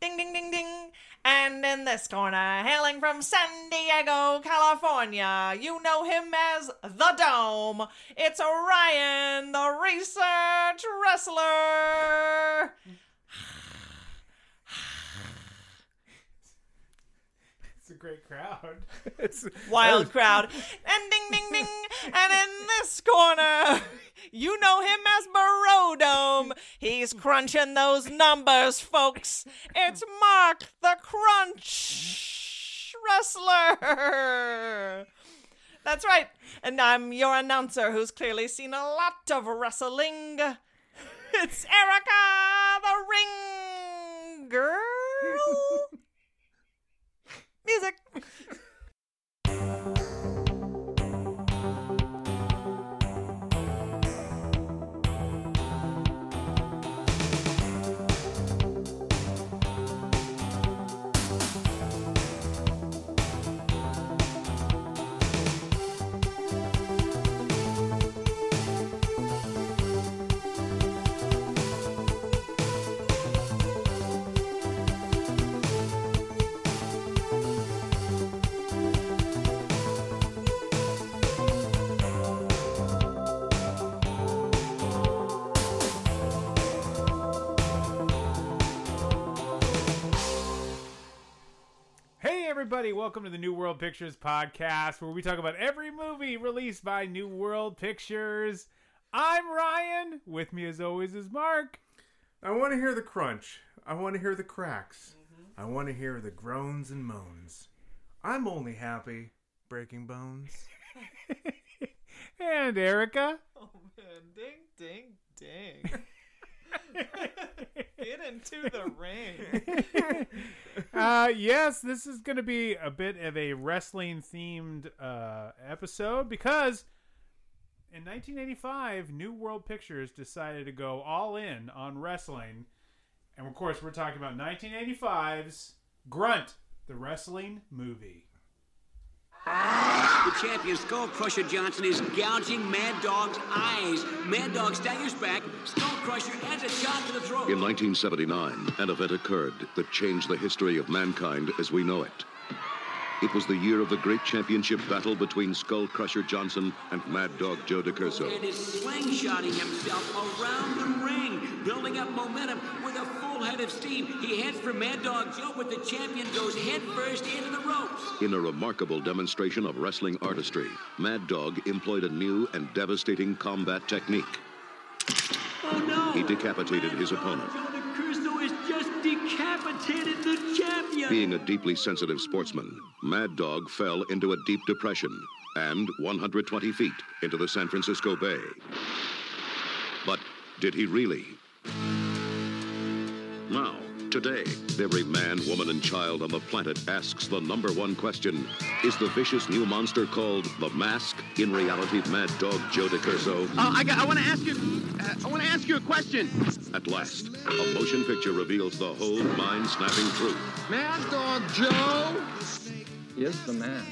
Ding, ding, ding, ding. And in this corner, hailing from San Diego, California, you know him as The Dome. It's Ryan, the Research Wrestler. It's a great crowd. It's, Wild that crowd. And ding, ding, ding. And in this corner, you know him as Barodome. He's crunching those numbers, folks. It's Mark the Crunch Wrestler. That's right. And I'm your announcer who's clearly seen a lot of wrestling. It's Erica the Ring Girl. Music. Hey, everybody, welcome to the New World Pictures podcast where we talk about every movie released by New World Pictures. I'm Ryan. With me, as always, is Mark. I want to hear the crunch. I want to hear the cracks. Mm-hmm. I want to hear the groans and moans. I'm only happy breaking bones. And Erica. Oh man, ding ding ding. Get into the ring. uh, yes, this is going to be a bit of a wrestling themed uh, episode because in 1985, New World Pictures decided to go all in on wrestling. And of course, we're talking about 1985's Grunt, the wrestling movie. The champion Skull Crusher Johnson is gouging Mad Dog's eyes. Mad Dog staggers back. Skull Crusher adds a shot to the throat. In 1979, an event occurred that changed the history of mankind as we know it. It was the year of the great championship battle between Skull Crusher Johnson and Mad Dog Joe DiCurso. and is slingshotting himself around the ring, building up momentum with a full head of steam. He heads for Mad Dog Joe, but the champion goes headfirst into the ropes. In a remarkable demonstration of wrestling artistry, Mad Dog employed a new and devastating combat technique. Oh no! He decapitated his opponent. Joe DiCurso has just decapitated the champion. Being a deeply sensitive sportsman, Mad Dog fell into a deep depression and 120 feet into the San Francisco Bay. But did he really? Now, today, every man, woman, and child on the planet asks the number one question Is the vicious new monster called the Mask in reality Mad Dog Joe DiCurso? Uh, I, got- I want to ask you. Uh, I want to ask you a question. At last, a motion picture reveals the whole mind snapping truth. Mad Dog Joe, Yes, the man.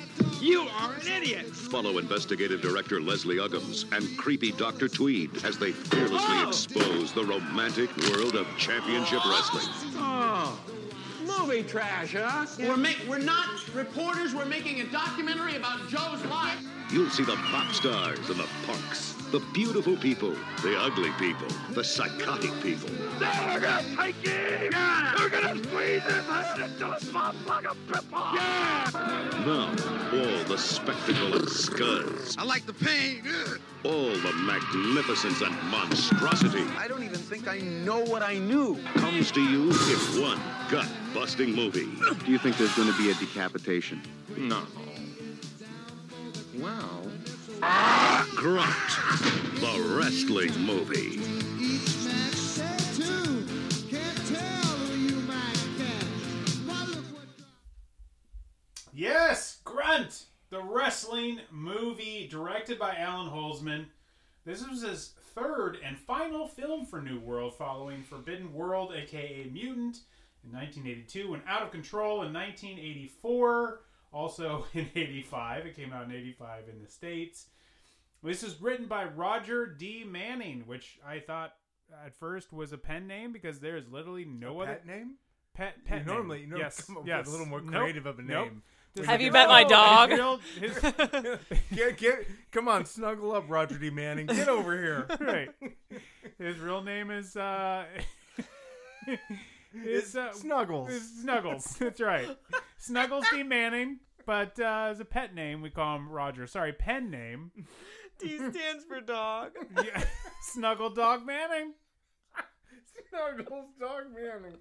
you are an idiot. Follow investigative director Leslie Uggams and creepy Dr. Tweed as they fearlessly Oh! expose the romantic world of championship wrestling. Oh, movie trash, huh? We're make, we're not reporters. We're making a documentary about Joe's life. You'll see the pop stars and the punks, the beautiful people, the ugly people, the psychotic people. We're gonna take it. Yeah. We're gonna squeeze this head until it pops like a pimple. Yeah. Now, all the spectacle and scuds, I like the pain. all the magnificence and monstrosity I don't even think I know what I knew. comes to you in one gut busting movie. Do you think there's going to be a decapitation? No. Wow. Grunt, the wrestling movie. Yes, Grunt, the wrestling movie directed by Alan Holzman. This was his third and final film for New World following Forbidden World, aka Mutant, in 1982, and Out of Control in 1984, also in 85. It came out in 85 in the States. This is written by Roger D. Manning, which I thought at first was a pen name because there's literally no other Pet name? pet pet pet name. normally, you know, yes, come up yes. with a little more Nope, creative of a nope. name. This Have is you a- met my Oh, dog? his real- his- Get, get, come on, snuggle up, Roger D. Manning. Get over here. right. His real name is uh, is uh, Snuggles. is Snuggles. That's right, Snuggles D Manning. But uh, as a pet name, we call him Roger. Sorry, pen name, D stands for dog. Yeah. Snuggle Dog Manning. Snuggles, dog Manning.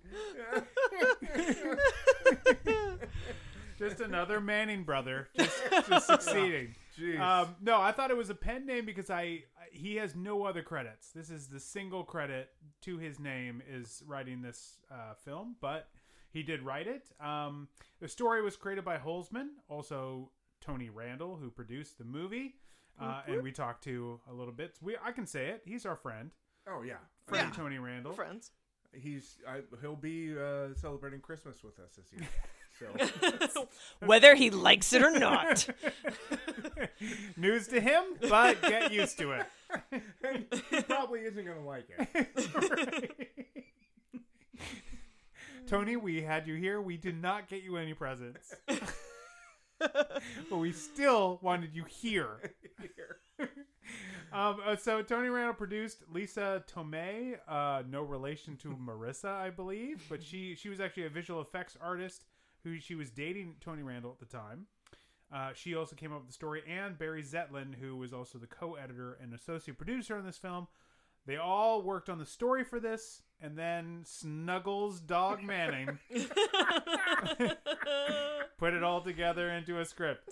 Just another Manning brother, just, just succeeding. Jeez. Um, no, I thought it was a pen name because I he has no other credits. This is the single credit to his name is writing this uh, film, but he did write it. Um, the story was created by Holzman, also Tony Randall, who produced the movie, uh, and we talked to a little bit. We I can say it. He's our friend, oh yeah. friend Tony Randall. Friends. He's I, he'll be uh, celebrating Christmas with us this year. So Whether he likes it or not. News to him, but get used to it. he probably isn't gonna like it. Tony, we had you here. We did not get you any presents. but we still wanted you here. um, uh, so Tony Randall produced Lisa Tomei, uh, no relation to Marissa, I believe, but she she was actually a visual effects artist who she was dating Tony Randall at the time. Uh, she also came up with the story, and Barry Zetlin, who was also the co-editor and associate producer on this film. They all worked on the story for this, and then Snuggles Dog Manning put it all together into a script.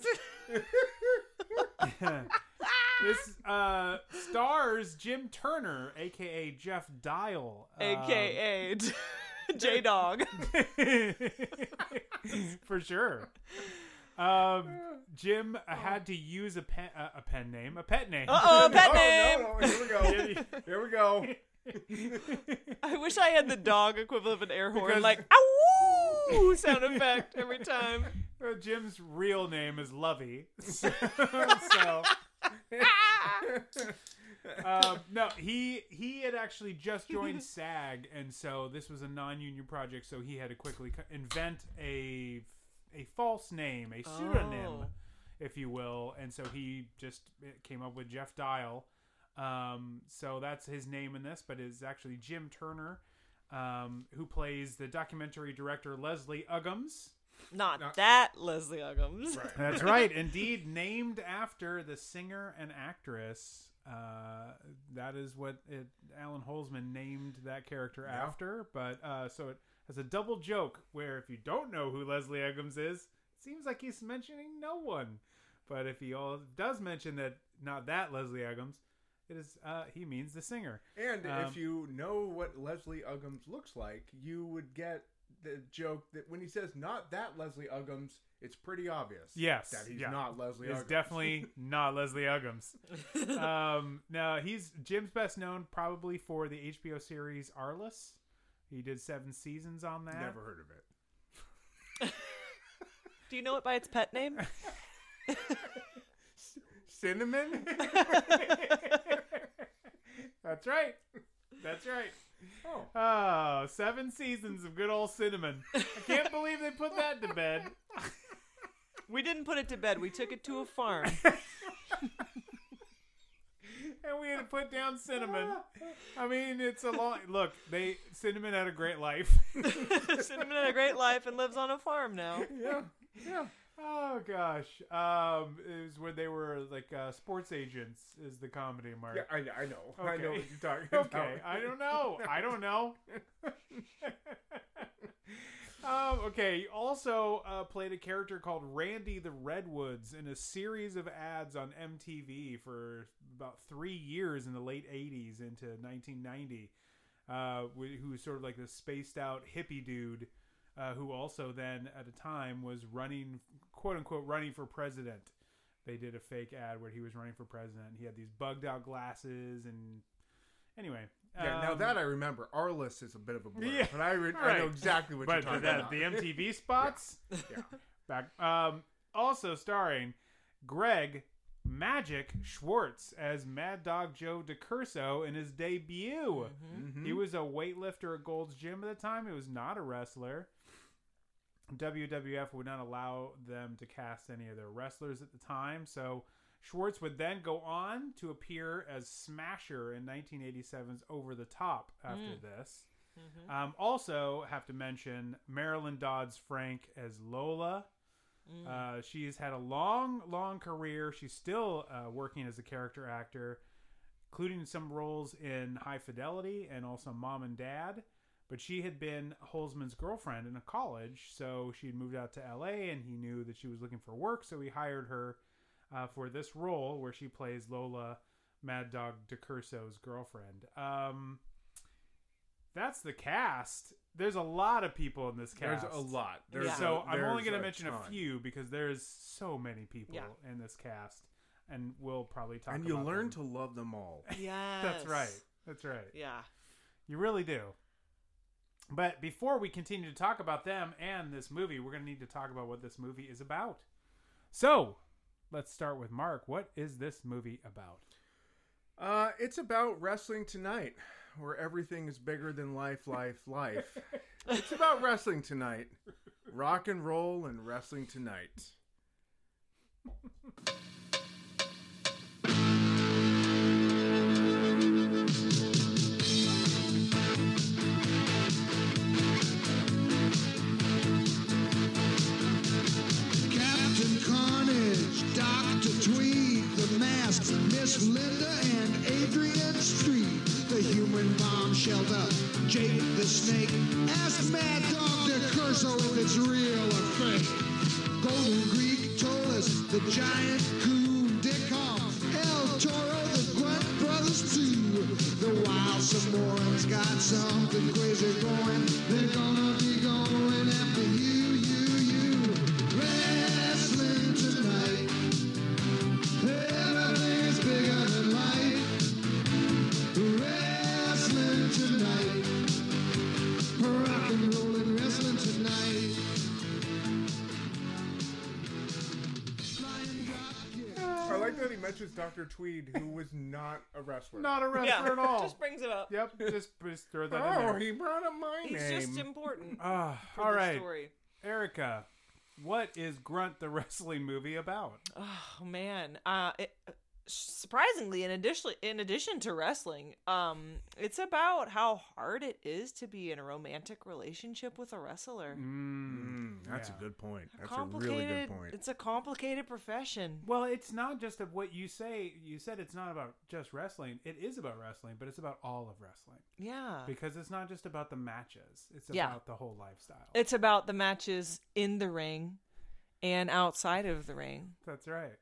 this uh, stars Jim Turner, aka Jeff Dial, um, AKA J Dog. for sure. Um, Jim had to use a pen, uh, a pen name, a pet name. Oh, pet oh name. no, no! Here we go. Here we go. I wish I had the dog equivalent of an air horn, Because- like ow sound effect every time. Uh, Jim's real name is Lovey. So, so- Um, no, he he had actually just joined SAG, and so this was a non-union project. So he had to quickly co- invent a a false name, a pseudonym, Oh. if you will. And so he just eh, came up with Jeff Dial. Um, so that's his name in this, but it's actually Jim Turner, um, who plays the documentary director Leslie Uggams. Not that Leslie Uggams. That's right, indeed. Named after the singer and actress. Uh, that is what it, Alan Holzman named that character after. But uh, so it has a double joke where if you don't know who Leslie Eggums is, it seems like he's mentioning no one. But if he all does mention that not that Leslie Eggums, it is uh, he means the singer. And Um, if you know what Leslie Uggams looks like, you would get the joke that when he says "not that Leslie Uggams," it's pretty obvious. Yes, that he's yeah. not Leslie. It's Uggams. definitely not Leslie Uggams. um, no, he's Jim's best known probably for the HBO series Arliss. He did seven seasons on that. never heard of it. Do you know it by its pet name? Cinnamon. That's right. That's right. Oh. Oh, seven seasons of good old cinnamon. I can't believe they put that to bed. We didn't put it to bed. We took it to a farm. and we had to put down cinnamon. I mean, it's a long look. They cinnamon had a great life. Cinnamon had a great life and lives on a farm now. Yeah, yeah. Oh gosh, um, it was when they were like uh, sports agents. Is the comedy Mark? Yeah, I, I know. I know what Okay. you're talking about. okay, I don't know. I don't know. um, okay, you also uh, played a character called Randy the Redwoods in a series of ads on MTV for about three years in the late '80s into 1990. Uh, wh- who was sort of like this spaced out hippie dude, uh, who also then at a time was running, quote unquote, running for president. They did a fake ad where he was running for president. He had these bugged out glasses and anyway. Yeah, now um, that I remember, our list is a bit of a blur, Yeah, but I, re- I right. know exactly what you're but talking that, about. the MTV spots. Yeah. Back. Um, also starring Greg Magic Schwartz as Mad Dog Joe DeCurso in his Mm-hmm. debut. He was a weightlifter at Gold's Gym at the time. He was not a wrestler. WWF would not allow them to cast any of their wrestlers at the time, so Schwartz would then go on to appear as Smasher in 1987's Over the Top after this. Um, also, have to mention Marilyn Dodds Frank as Lola. Mm. Uh, she's had a long, long career. She's still uh, working as a character actor, including some roles in High Fidelity and also Mom and Dad. But she had been Holzman's girlfriend in college, so she had moved out to LA and he knew that she was looking for work, so he hired her uh, for this role where she plays Lola, Mad Dog DeCurso's girlfriend. Um, that's the cast. There's a lot of people in this There's cast. a lot. There's Yeah. So I'm only there's going to mention a ton. few because there's so many people Yeah. in this cast, and we'll probably talk. And you about learn them. to love them all. Yes. That's right. That's right. Yeah. You really do. But before we continue to talk about them and this movie, we're going to need to talk about what this movie is about. So let's start with Mark. What is this movie about? Uh, it's about wrestling tonight, where everything is bigger than life, life, life. it's about wrestling tonight, rock and roll, and wrestling tonight. Captain Carnage, Dr. Tweed, The Mask, Miss Linda and Adrian Street, The Human Bomb Shelter, Jake the Snake, Ask Mad Dog DeCurso if it's real or fake. Golden Greek told us the giant coon, Dick Hoff, El Toro, the Grunt Brothers too. The wild Samoans got something crazy going. They're gonna be going after you, you, you. Wrestling tonight. Everything is bigger than life. Wrestling tonight. Rock and roll and wrestling tonight. Flying dropkick. I like that he mentions Dr. Tweed, who was not a wrestler. Not a Yeah. wrestler at all. Just brings it up. yep. Just, just throw that in Oh, there. he brought up my He's name. just important Ah, for all the right. story. Erica, what is Grunt the Wrestling movie about? Oh man. Uh, it, surprisingly, in addition in addition to wrestling, um, it's about how hard it is to be in a romantic relationship with a wrestler. Mm, that's a good point. That's a complicated. really good point. It's a complicated profession. Well, it's not just of what you say. You said it's not about just wrestling. It is about wrestling, but it's about all of wrestling Yeah. because it's not just about the matches. It's about Uh. Yeah. the whole lifestyle. It's about the matches in the ring and outside of the ring. That's right.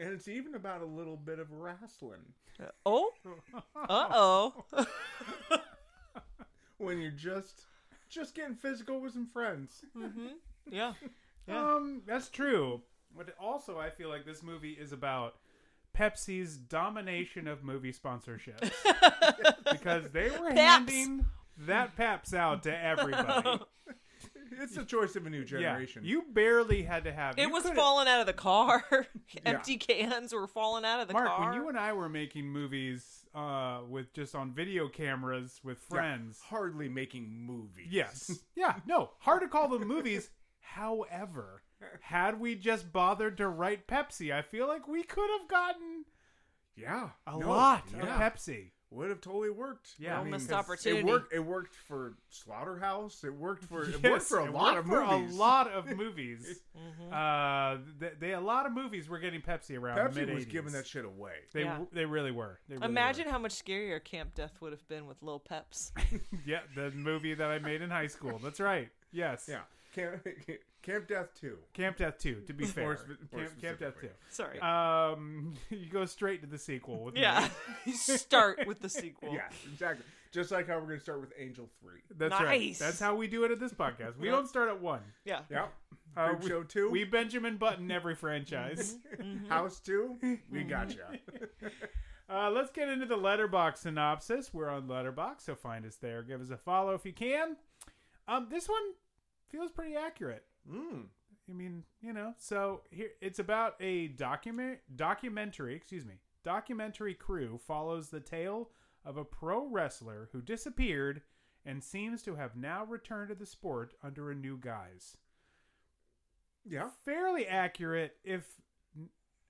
and it's even about a little bit of wrestling Oh. Uh-oh. when you're just just getting physical with some friends. yeah. Um, that's true. But also, I feel like this movie is about Pepsi's domination of movie sponsorships because they were Peps. handing that Peps out to everybody. It's the choice of a new generation. Yeah, you barely had to have. It you was could've- falling out of the car. Empty cans were falling out of the Mark, car. when you and I were making movies uh, with just on video cameras with friends. hardly making movies. Yes. Yeah. No. Hard to call them movies. However, had we just bothered to write Pepsi, I feel like we could have gotten Yeah. a No, lot of yeah. Pepsi. would have totally worked. Yeah, I mean, missed because opportunity. It worked. It worked for Slaughterhouse. It worked for. It worked Yes, for a it lot worked of for movies. A lot of movies. Mm-hmm. uh, they, they a lot of movies were getting Pepsi around. Pepsi mid was giving that shit away. They Yeah. they really were. They really Imagine how much scarier Camp Death would have been with Lil Peps. were. yeah, the movie that I made in high school. That's right. Yes. Yeah. Camp, Camp Death Two. Camp Death Two. To be fair, More spe- more Camp, Camp Death specifically. Two. Sorry. Uh, Um, you go straight to the sequel. With yeah. me. you start with the sequel. Yeah, exactly. Just like how we're going to start with Angel Three. that's right. Nice. That's how we do it at this podcast. We don't start at one. Yeah. Yep. Uh, Creep we, Show Two. We Benjamin Button every franchise. House Two. We gotcha. uh, let's get into the Letterbox synopsis. We're on Letterbox, so find us there. Give us a follow if you can. Um, this one feels pretty accurate. Mm. I mean, you know, so here it's about a document documentary, excuse me, documentary crew follows the tale of a pro wrestler who disappeared and seems to have now returned to the sport under a new guise. Yeah. fairly accurate, if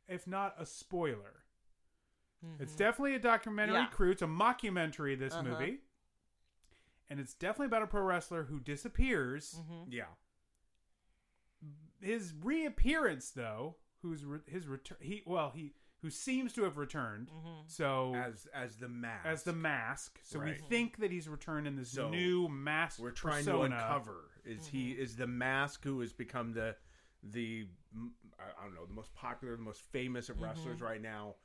if not a spoiler. It's definitely a documentary Yeah. crew. It's a mockumentary. This Uh-huh. movie, and it's definitely about a pro wrestler who disappears. Yeah. His reappearance, though, who's re- his return? He well, he who seems to have returned. So Mm-hmm. As as the mask. as the mask. So we Right. think that he's returned in this So, new mask. we're trying persona. to uncover is he is the mask who has become the the m- I I don't know the most popular, the most famous of wrestlers right now.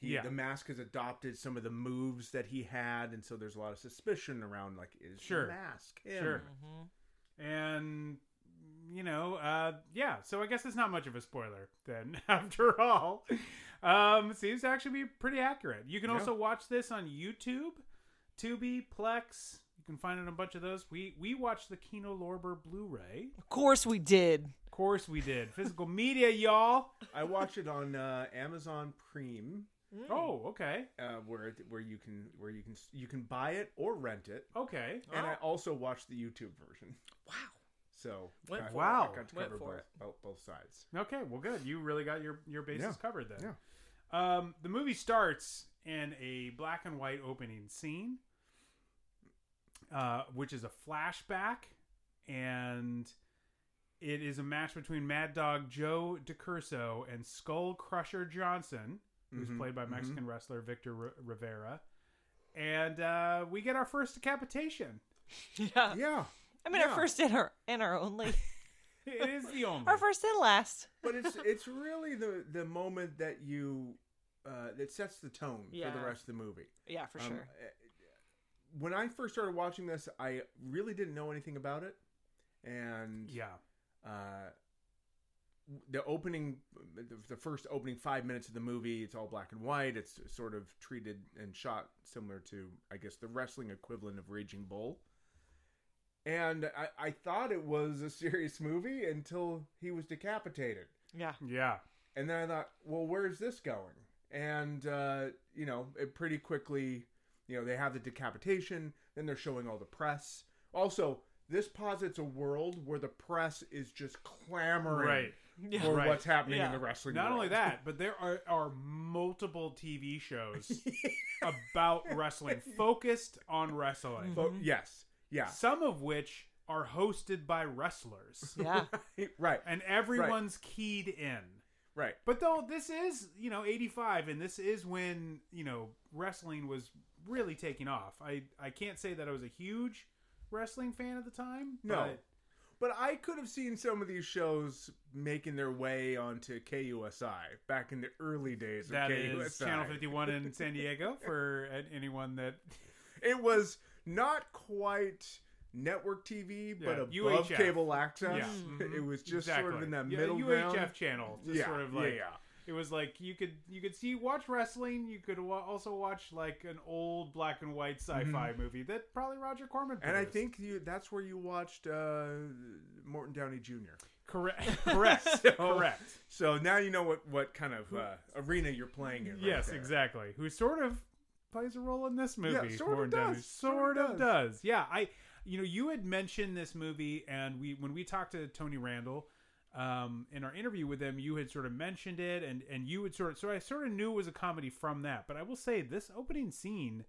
He, Yeah. The mask has adopted some of the moves that he had, and so there's a lot of suspicion around like is Sure. the mask him? Sure. And you know, uh, yeah. So I guess it's not much of a spoiler then, after all. Um, seems to actually be pretty accurate. You can Yeah. also watch this on YouTube, Tubi, Plex. You can find it on a bunch of those. We we watched the Kino Lorber Blu-ray. Of course we did. Of course we did. Physical media, y'all. I watch it on uh, Amazon Prime, Oh, okay, uh, where it- where you can where you can s- you can buy it or rent it, okay. and I also watch the YouTube version. Wow. So Went I, for Wow. I got to Went cover for both, it. both both sides. Okay, well, good. You really got your your bases Yeah. covered then. Um, the movie starts in a black and white opening scene, uh, which is a flashback, and it is a match between Mad Dog Joe DeCurso and Skull Crusher Johnson, who's played by Mexican wrestler Victor R- Rivera, and uh, we get our first decapitation. Yeah. Yeah, I mean, our Yeah. first and our and our only, It is the only. our first and last. but it's it's really the the moment that you uh, that sets the tone for Yeah. the rest of the movie. Yeah, for Um, sure. When I first started watching this, I really didn't know anything about it, and yeah. uh, the opening, the- the first opening five minutes of the movie, it's all black and white. It's sort of treated and shot similar to, I guess, the wrestling equivalent of Raging Bull. And I, I thought it was a serious movie until he was decapitated. Yeah. Yeah. And then I thought, well, where's this going? And, uh, you know, it pretty quickly, you know, they have the decapitation, then they're showing all the press. Also, this posits a world where the press is just clamoring Right. Yeah. for Right. what's happening Yeah. in the wrestling Not world. only that, but there are, are multiple TV shows about wrestling, focused on wrestling. But Oh, yes. Yeah. Some of which are hosted by wrestlers, Yeah. Right. and everyone's keyed in. Right. But though this is, you know, 85, and this is when, you know, wrestling was really taking off. I, I can't say that I was a huge wrestling fan at the time. No. but- But I could have seen some of these shows making their way onto KUSI back in the early days of That KUSI. is Channel 51 in San Diego for uh, anyone that It was not quite network TV, but Yeah, above UHF. cable access. Yeah. It was just sort of in that Mm-hmm. Yeah, middle UHF ground. channel, just Yeah, sort of yeah, like yeah. it was like you could you could see watch wrestling, you could wa- also watch like an old black and white sci-fi movie that probably Roger Corman. Mm-hmm. And I produced. think you, that's where you watched uh, Morton Downey Jr. correct, correct, correct. So now you know what, what kind of uh, arena you're playing in. right yes, there. exactly. Who sort of plays a role in this movie? sort of Warren does, Dennis. Sort, of does. Yeah, I. You know, you had mentioned this movie, and we when we talked to Tony Randall um, in our interview with him, you had sort of mentioned it, and and you had sort of so I sort of knew it was a comedy from that. But I will say this opening scene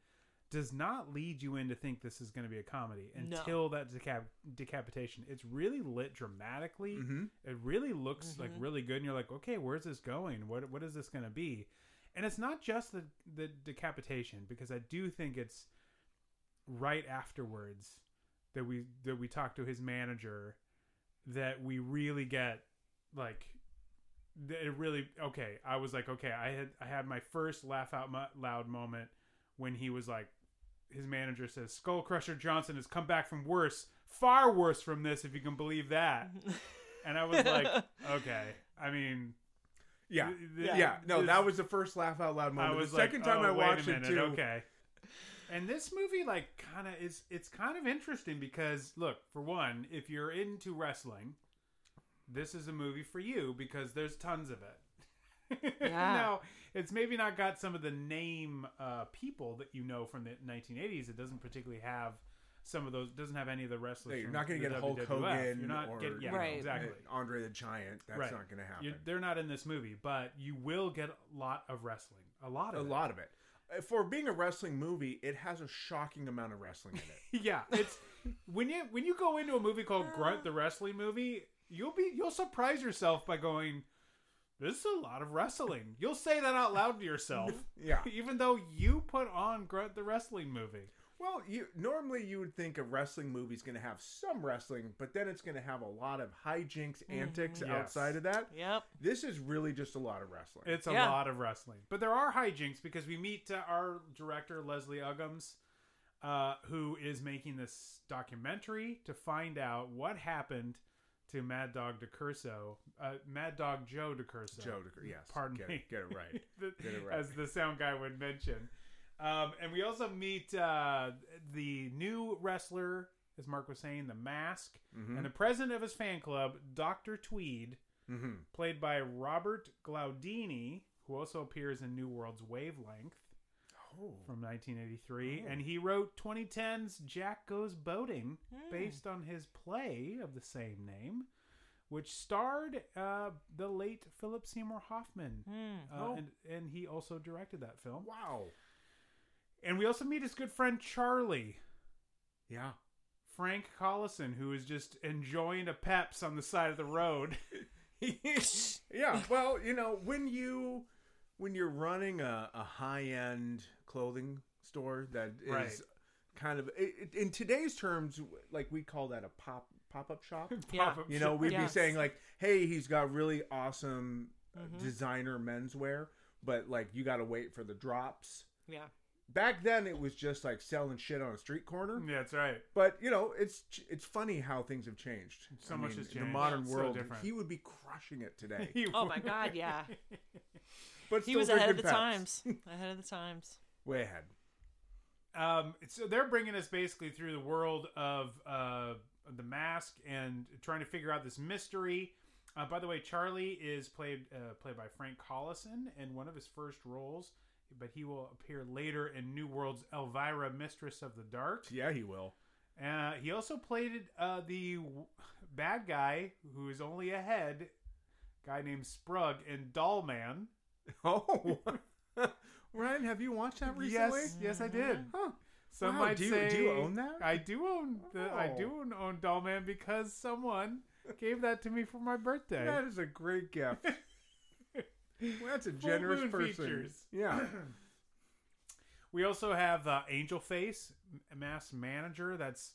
does not lead you in to think this is going to be a comedy No. until that decap- decapitation. It's really lit dramatically. Mm-hmm. It really looks like really good, and you're like, okay, where's this going? What what is this going to be? And it's not just the the decapitation because I do think it's right afterwards that we that we talk to his manager that we really get like that it really okay i was like okay i had i had my first laugh out mo- loud moment when he was like his manager says skull crusher johnson has come back from worse far worse from this if you can believe that and i was like okay i mean Yeah. Th- Yeah. th- No, this- that was the first laugh out loud i moment. was the second like, time oh, I wait watched a minute, it too. okay and this movie like kind of is it's kind of interesting because look for one if you're into wrestling this is a movie for you because there's tons of it Yeah. now it's maybe not got some of the name uh, people that you know from the 1980s it doesn't particularly have some of those. Doesn't have any of the wrestlers. Yeah, you're from not going the to get Hulk WWF. Hogan You're not or Oh, getting yeah, you know, Right. exactly. Andre the Giant. That's Right. not going to happen. You- they're not in this movie, but you will get a lot of wrestling. A lot a of it. lot of it. Uh, For being a wrestling movie, it has a shocking amount of wrestling in it. Yeah, it's when you when you go into a movie called Grunt the Wrestling Movie, you'll be you'll surprise yourself by going, "This is a lot of wrestling." You'll say that out loud to yourself, Yeah. even though you put on Grunt the Wrestling Movie. Well, you normally you would think a wrestling movie's going to have some wrestling, but then it's going to have a lot of hijinks, antics Mm, Yes. outside of that. Yep. This is really just a lot of wrestling. It's a Yeah. lot of wrestling, but there are hijinks because we meet uh, our director Leslie Uggams, uh, who is making this documentary to find out what happened to Mad Dog DeCurso, uh, Mad Dog Joe DeCurso. Joe DeCur- yes. pardon Get me. it- get it right. The- Get it right. As the sound guy would mention. Um, and we also meet uh, the new wrestler, as Mark was saying, the Mask, Mm-hmm. Hmm. and the president of his fan club, Doctor Tweed, Mm-hmm. played by Robert Glaudini, who also appears in New World's Wavelength. From Oh. 1983, and he wrote 2010's Jack Goes Boating, based on his play of the same name which starred uh, the late Philip Seymour Hoffman. Hmm. Uh, and, and he also directed that film. wow. And we also meet his good friend Charlie, Yeah. Frank Collison, who is just enjoying a Peps on the side of the road. Yeah. Well, you know, when you when you're running a, a high end clothing store that is Right. kind of it, it- in today's terms, like we call that a pop pop up shop. Yeah. Pop-up You know, we'd be Yes. saying like, "Hey, he's got really awesome uh Mm-hmm. designer menswear," but like you got to wait for the drops. Yeah. Back then, it was just like selling shit on a street corner. Yeah, that's right. But you know, it's it's funny how things have changed. So much has In changed. the modern So world, different. he would be crushing it today. Oh my God. Yeah. but He still was ahead of the drinking Pabst. times. Ahead of the times. Way ahead. Um, so they're bringing us basically through the world of uh, the mask and trying to figure out this mystery. Uh, by the way, Charlie is played uh, played by Frank Collison in one of his first roles, but he will appear later in New World's Elvira, Mistress of the Dark. Yeah, he will. Uh, he also played uh, the w- bad guy who is only a head guy named Sprug in Doll Man. Oh, Ryan, have you watched that recently? Yes, yes, I did. Huh. Some Wow, might do you- say, do you own that? I do own the I Oh. do own, own Doll Man because someone gave that to me for my birthday. That is a great gift. Well, that's a Full generous moon person. features. Yeah. We also have uh, Angel Face, M- Mass Manager. That's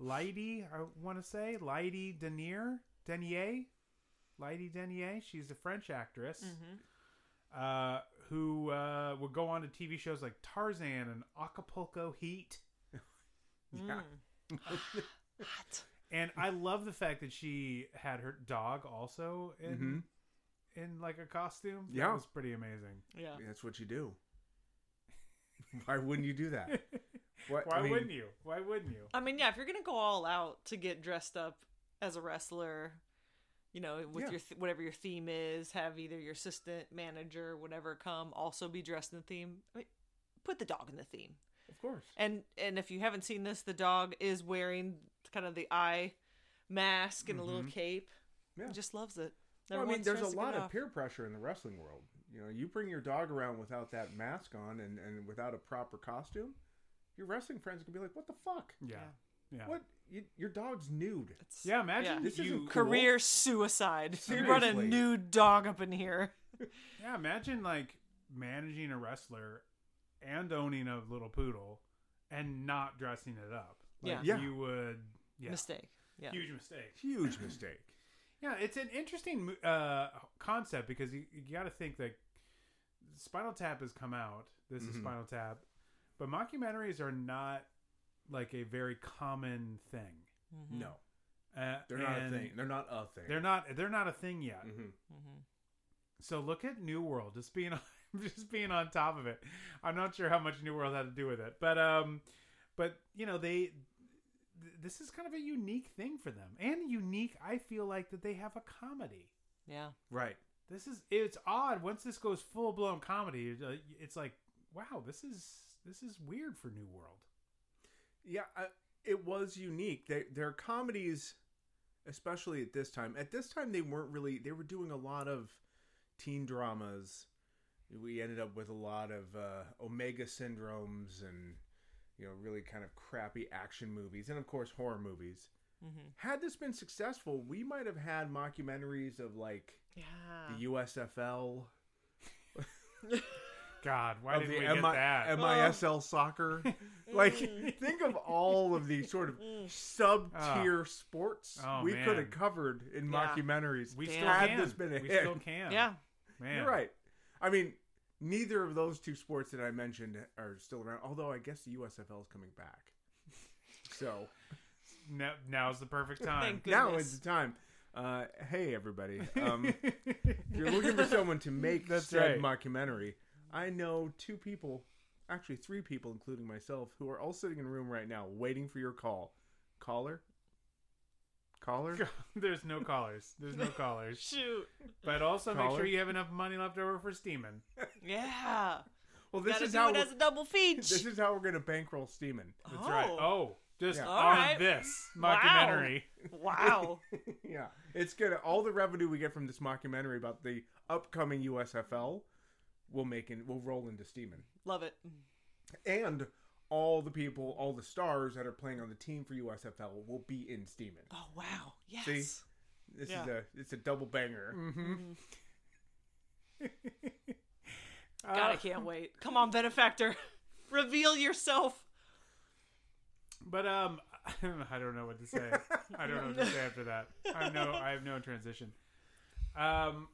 Lighty, I want to say. Lighty Denier. Denier. Lighty Denier. She's a French actress uh, who uh, would go on to TV shows like Tarzan and Acapulco Heat. yeah. Hmm. Ah, And I love the fact that she had her dog also in. Mm-hmm. In like a costume, That Yeah. was pretty amazing. Yeah. That's what you do. Why wouldn't you do that? What, Why I mean, wouldn't you? Why wouldn't you? I mean, yeah, if you're gonna go all out to get dressed up as a wrestler, you know, with Yeah. your th- whatever your theme is, have either your assistant manager, whatever, come also be dressed in the theme. I mean, put the dog in the theme. Of course. And and if you haven't seen this, the dog is wearing kind of the eye mask and a little cape. Mm-hmm. Yeah. He just loves it. Well, I Never mean, once there's tries a to get lot it of off. peer pressure in the wrestling world. You know, you bring your dog around without that mask on and, and without a proper costume, your wrestling friends can be like, "What the fuck? Yeah, yeah, What? You, your dog's nude." yeah. Imagine Yeah. This you isn't cool. Career suicide. You brought a Seriously. nude dog up in here. Yeah, imagine like managing a wrestler and owning a little poodle and not dressing it up. Like, Yeah. Yeah. you would. Yeah, Mistake. Yeah. huge mistake. Huge mistake. Yeah, it's an interesting mo- uh, concept because you, you got to think that Spinal Tap has come out. This Mm-hmm. is Spinal Tap, but mockumentaries are not like a very common thing. No, Uh, they're not Hmm. and a thing. They're not a thing. They're not. They're not a thing yet. Mhm. Mm-hmm. So look at New World. Just being, on, just being on top of it. I'm not sure how much New World had to do with it, but um, but you know they, th- this is kind of a unique thing for them, and unique. I feel like that they have a comedy. Yeah. right. This is it's odd. Once this goes full blown comedy, uh, it's like wow, this is this is weird for New World. Yeah, I, it was unique. They, their comedies, especially at this time, at this time they weren't really. They were doing a lot of teen dramas. We ended up with a lot of uh, Omega syndromes and you know really kind of crappy action movies and of course horror movies. Mm-hmm. Had this been successful, we might have had mockumentaries of like Yeah. the Ah. USFL, God, why of did the we MI- get that? MISL soccer. like, think of all of the sort Mm. of sub tier sports Ah. Oh, we man. could have covered in Yeah. mockumentaries. we Damn. still Had can. this been a we hit. still can. Yeah. man. You're right. I mean, neither of those two sports that I mentioned are still around, although I guess the USFL is coming back. So Now, now's the perfect time. Thank now Goodness. is the time. Uh, hey, everybody. Um, if you're looking for someone to make That's said right. mockumentary, I know two people, actually three people, including myself, who are all sitting in a room right now waiting for your call. Caller? Caller? There's no callers. There's no callers. Shoot. But also make Caller? sure you have enough money left over for steaming. Yeah. Well, this Gotta is, do how it we're, as a double feature. this is how we're going to bankroll Steeman. That's right. Oh, just Yeah. on All right. this Wow. mockumentary. Wow. Yeah. It's going to, all the revenue we get from this mockumentary about the upcoming USFL will make it, will roll into Steeman. Love it. and all the people, all the stars that are playing on the team for USFL will be in Steeman. Oh wow. Yes. See, this Yeah. is a it's a double banger. Uh, God, I can't wait. Come on, benefactor. Reveal yourself. But um, I don't know what to say. I don't know what to say after that. I know I have no transition. Um,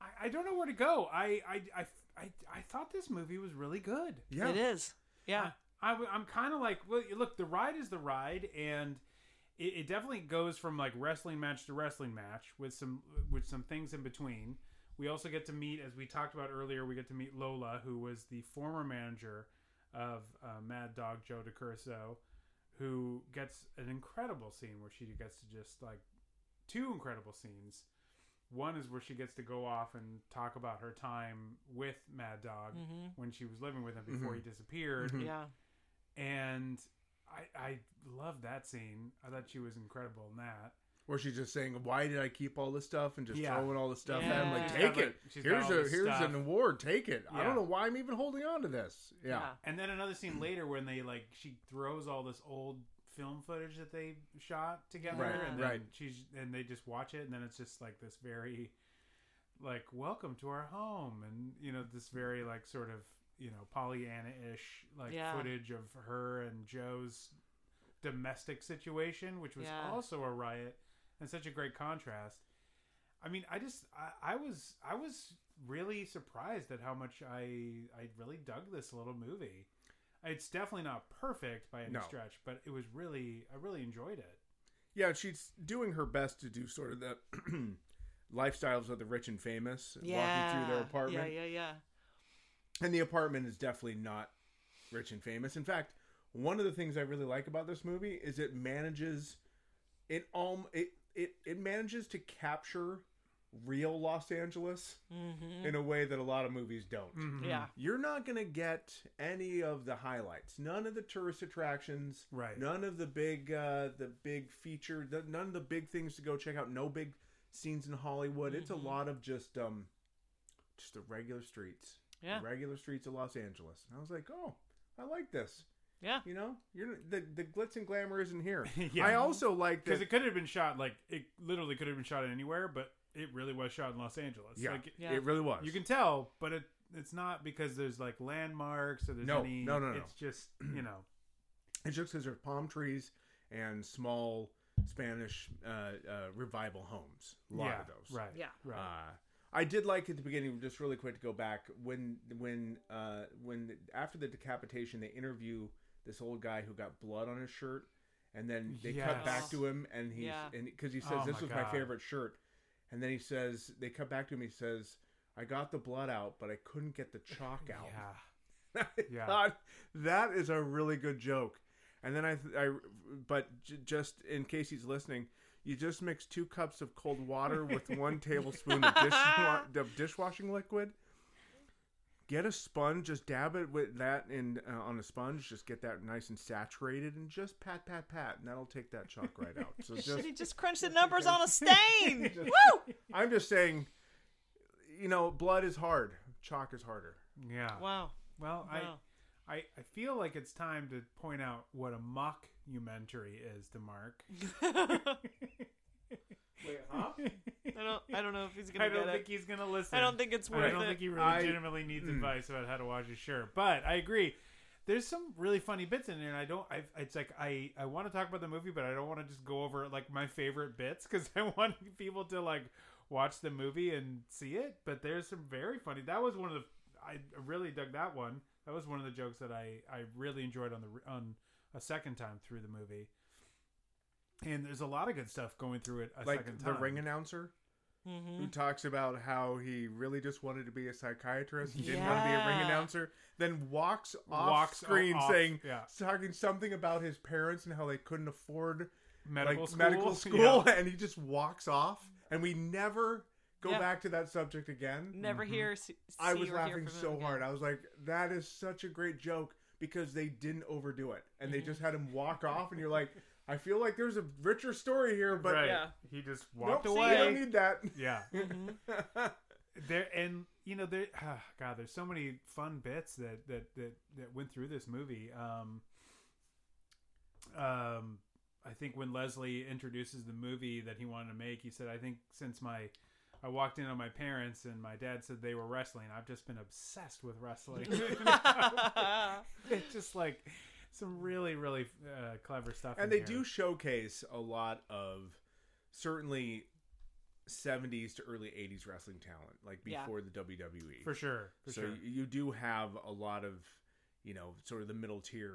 I, I don't know where to go. I I, I I I thought this movie was really good. Yeah, It is. Yeah. I, am kind of like, well, look, the ride is the ride, and it, it definitely goes from like wrestling match to wrestling match with some with some things in between. We also get to meet, as we talked about earlier, we get to meet Lola, who was the former manager of uh, Mad Dog Joe DeCurso, who gets an incredible scene where she gets to just like two incredible scenes. One is where she gets to go off and talk about her time with Mad Dog when she was living with him before he disappeared Mm-hmm. Hmm. Yeah. and I I love that scene. I thought she was incredible in that. where she's just saying, "Why did I keep all this stuff?" and just Yeah. throwing all this stuff. at him. like, Yeah. take She's got, it. like- she's got here's all a this here's stuff." an award. Take it. I Yeah. don't know why I'm even holding on to this. Yeah, Yeah. And then another scene later when they like she throws all this old film footage that they shot together, Right, and then right. she's and they just watch it, and then it's just like this very like welcome to our home, and you know this very like sort of you know Pollyanna ish like Yeah. footage of her and Joe's domestic situation, which was Yeah. also a riot, and such a great contrast. I mean, I just I, I was I was really surprised at how much I I really dug this little movie. It's definitely not perfect by any No. stretch, but it was really I really enjoyed it. yeah. She's doing her best to do sort of the lifestyles of the rich and famous, walking through their apartment. Yeah, yeah, yeah. And the apartment is definitely not rich and famous. In fact, one of the things I really like about this movie is it manages it all it it, it manages to capture real Los Angeles in a way that a lot of movies don't. Mm-hmm. Mm-hmm. Yeah. You're not going to get any of the highlights. None of the tourist attractions. Right. None of the big uh the big feature, the, none of the big things to go check out, no big scenes in Hollywood. It's a Mm-hmm. lot of just um just the regular streets Yeah. the regular streets of Los Angeles. And I was like, oh, I like this. Yeah. You know, you're the the glitz and glamour isn't here. Yeah. I also like Because that. it could have been shot like it literally could have been shot anywhere, but it really was shot in Los Angeles. yeah, Like, Yeah. it really was. you can tell, but it it's not because there's like landmarks or there's No, any. no, no, no. It's just you know. It's just because there's palm trees and small Spanish uh, uh, revival homes. A lot yeah, of those. Right. Yeah. Right. Uh, I did like at the beginning, just really quick to go back when when uh, when after the decapitation, they interview this old guy who got blood on his shirt, and then they cut Yes. back to him, and he's Yeah. and because he says Oh this my was my God. favorite shirt, and then he says they cut back to him, he says. I got the blood out, but I couldn't get the chalk out. yeah. I Yeah. thought, that is a really good joke. And then I, th- I but j- just in case he's listening, you just mix two cups of cold water with one tablespoon of, dishwa- of dishwashing liquid. Get a sponge, just dab it with that in uh, on a sponge. Just get that nice and saturated, and just pat, pat, pat, and that'll take that chalk right out. So just, Should he just crunch the numbers on a stain? Woo! I'm just saying, you know, blood is hard, chalk is harder. Yeah. Wow. Well, Wow. I, I I feel like it's time to point out what a mockumentary is to Mark. Wait, huh? I don't. I don't know if he's gonna I don't get think it. he's gonna listen. I don't think it's worth I don't it. think he I- Mm. legitimately needs advice about how to wash his shirt. But I agree. There's some really funny bits in there, and I don't. I, it's like I, I want to talk about the movie, but I don't want to just go over like my favorite bits because I want people to like watch the movie and see it. But there's some very funny. That was one of the. I really dug that one. That was one of the jokes that I I really enjoyed on the on a second time through the movie. And there's a lot of good stuff going through it a second Like the time. ring announcer. Mm-hmm. Who Mm-hmm. talks about how he really just wanted to be a psychiatrist, and didn't want to be a ring Yeah. announcer, then walks off Walks screen off, saying, yeah. talking something about his parents and how they couldn't afford medical like school. medical Yeah. school and he just walks off and we never go Yeah. back to that subject again Never hear. See, i or was hear laughing from him so again. hard i was like that is such a great joke because they didn't overdo it and Mm-hmm. they just had him walk off and you're like i feel like there's a richer story here but right. Yeah. He just nope, walked see, away. Mm-hmm. you don't need that yeah. there and you know there ah, god there's so many fun bits that that that that went through this movie. Um um I think when Leslie introduces the movie that he wanted to make, he said, "I think since my I walked in on my parents and my dad said they were wrestling, I've just been obsessed with wrestling." it's just like some really really uh, clever stuff. in and they here. do showcase a lot of certainly 70s to early 80s wrestling talent like Yeah. before the wwe for sure. For so sure. y- you do have a lot of, you know, sort of the middle tier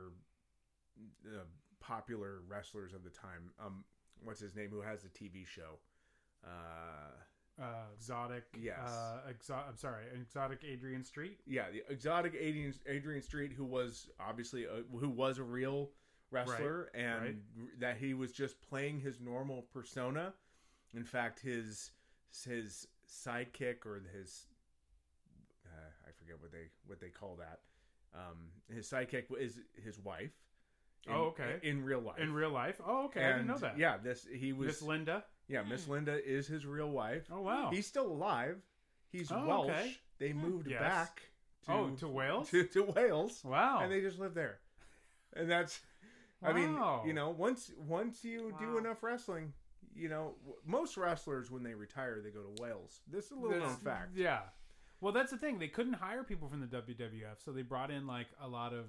uh, popular wrestlers of the time. Um, what's his name? Who has the TV show? Uh, uh, exotic. Yes. Uh, exo- I'm sorry, exotic Adrian Street. yeah, the exotic Adrian Adrian Street, who was obviously a, who was a real wrestler, and right. r- that he was just playing his normal persona. In fact, his his sidekick or his uh, I forget what they what they call that. Um, his sidekick is his wife. in- Oh, okay. In real life. In real life. Oh, okay. I didn't And, know that. Yeah, this he was. Miss Linda. yeah, Miss Linda is his real wife. Oh wow. He's still alive. He's Oh, Welsh. okay. They moved Yes. back. To, oh, to Wales. to, to Wales. wow. And they just live there. And that's, I Wow. mean, you know, once once you Wow. do enough wrestling, you know, w- most wrestlers when they retire they go to Wales. This is a little known That's- fact. Yeah. Well, that's the thing. They couldn't hire people from the WWF, so they brought in like a lot of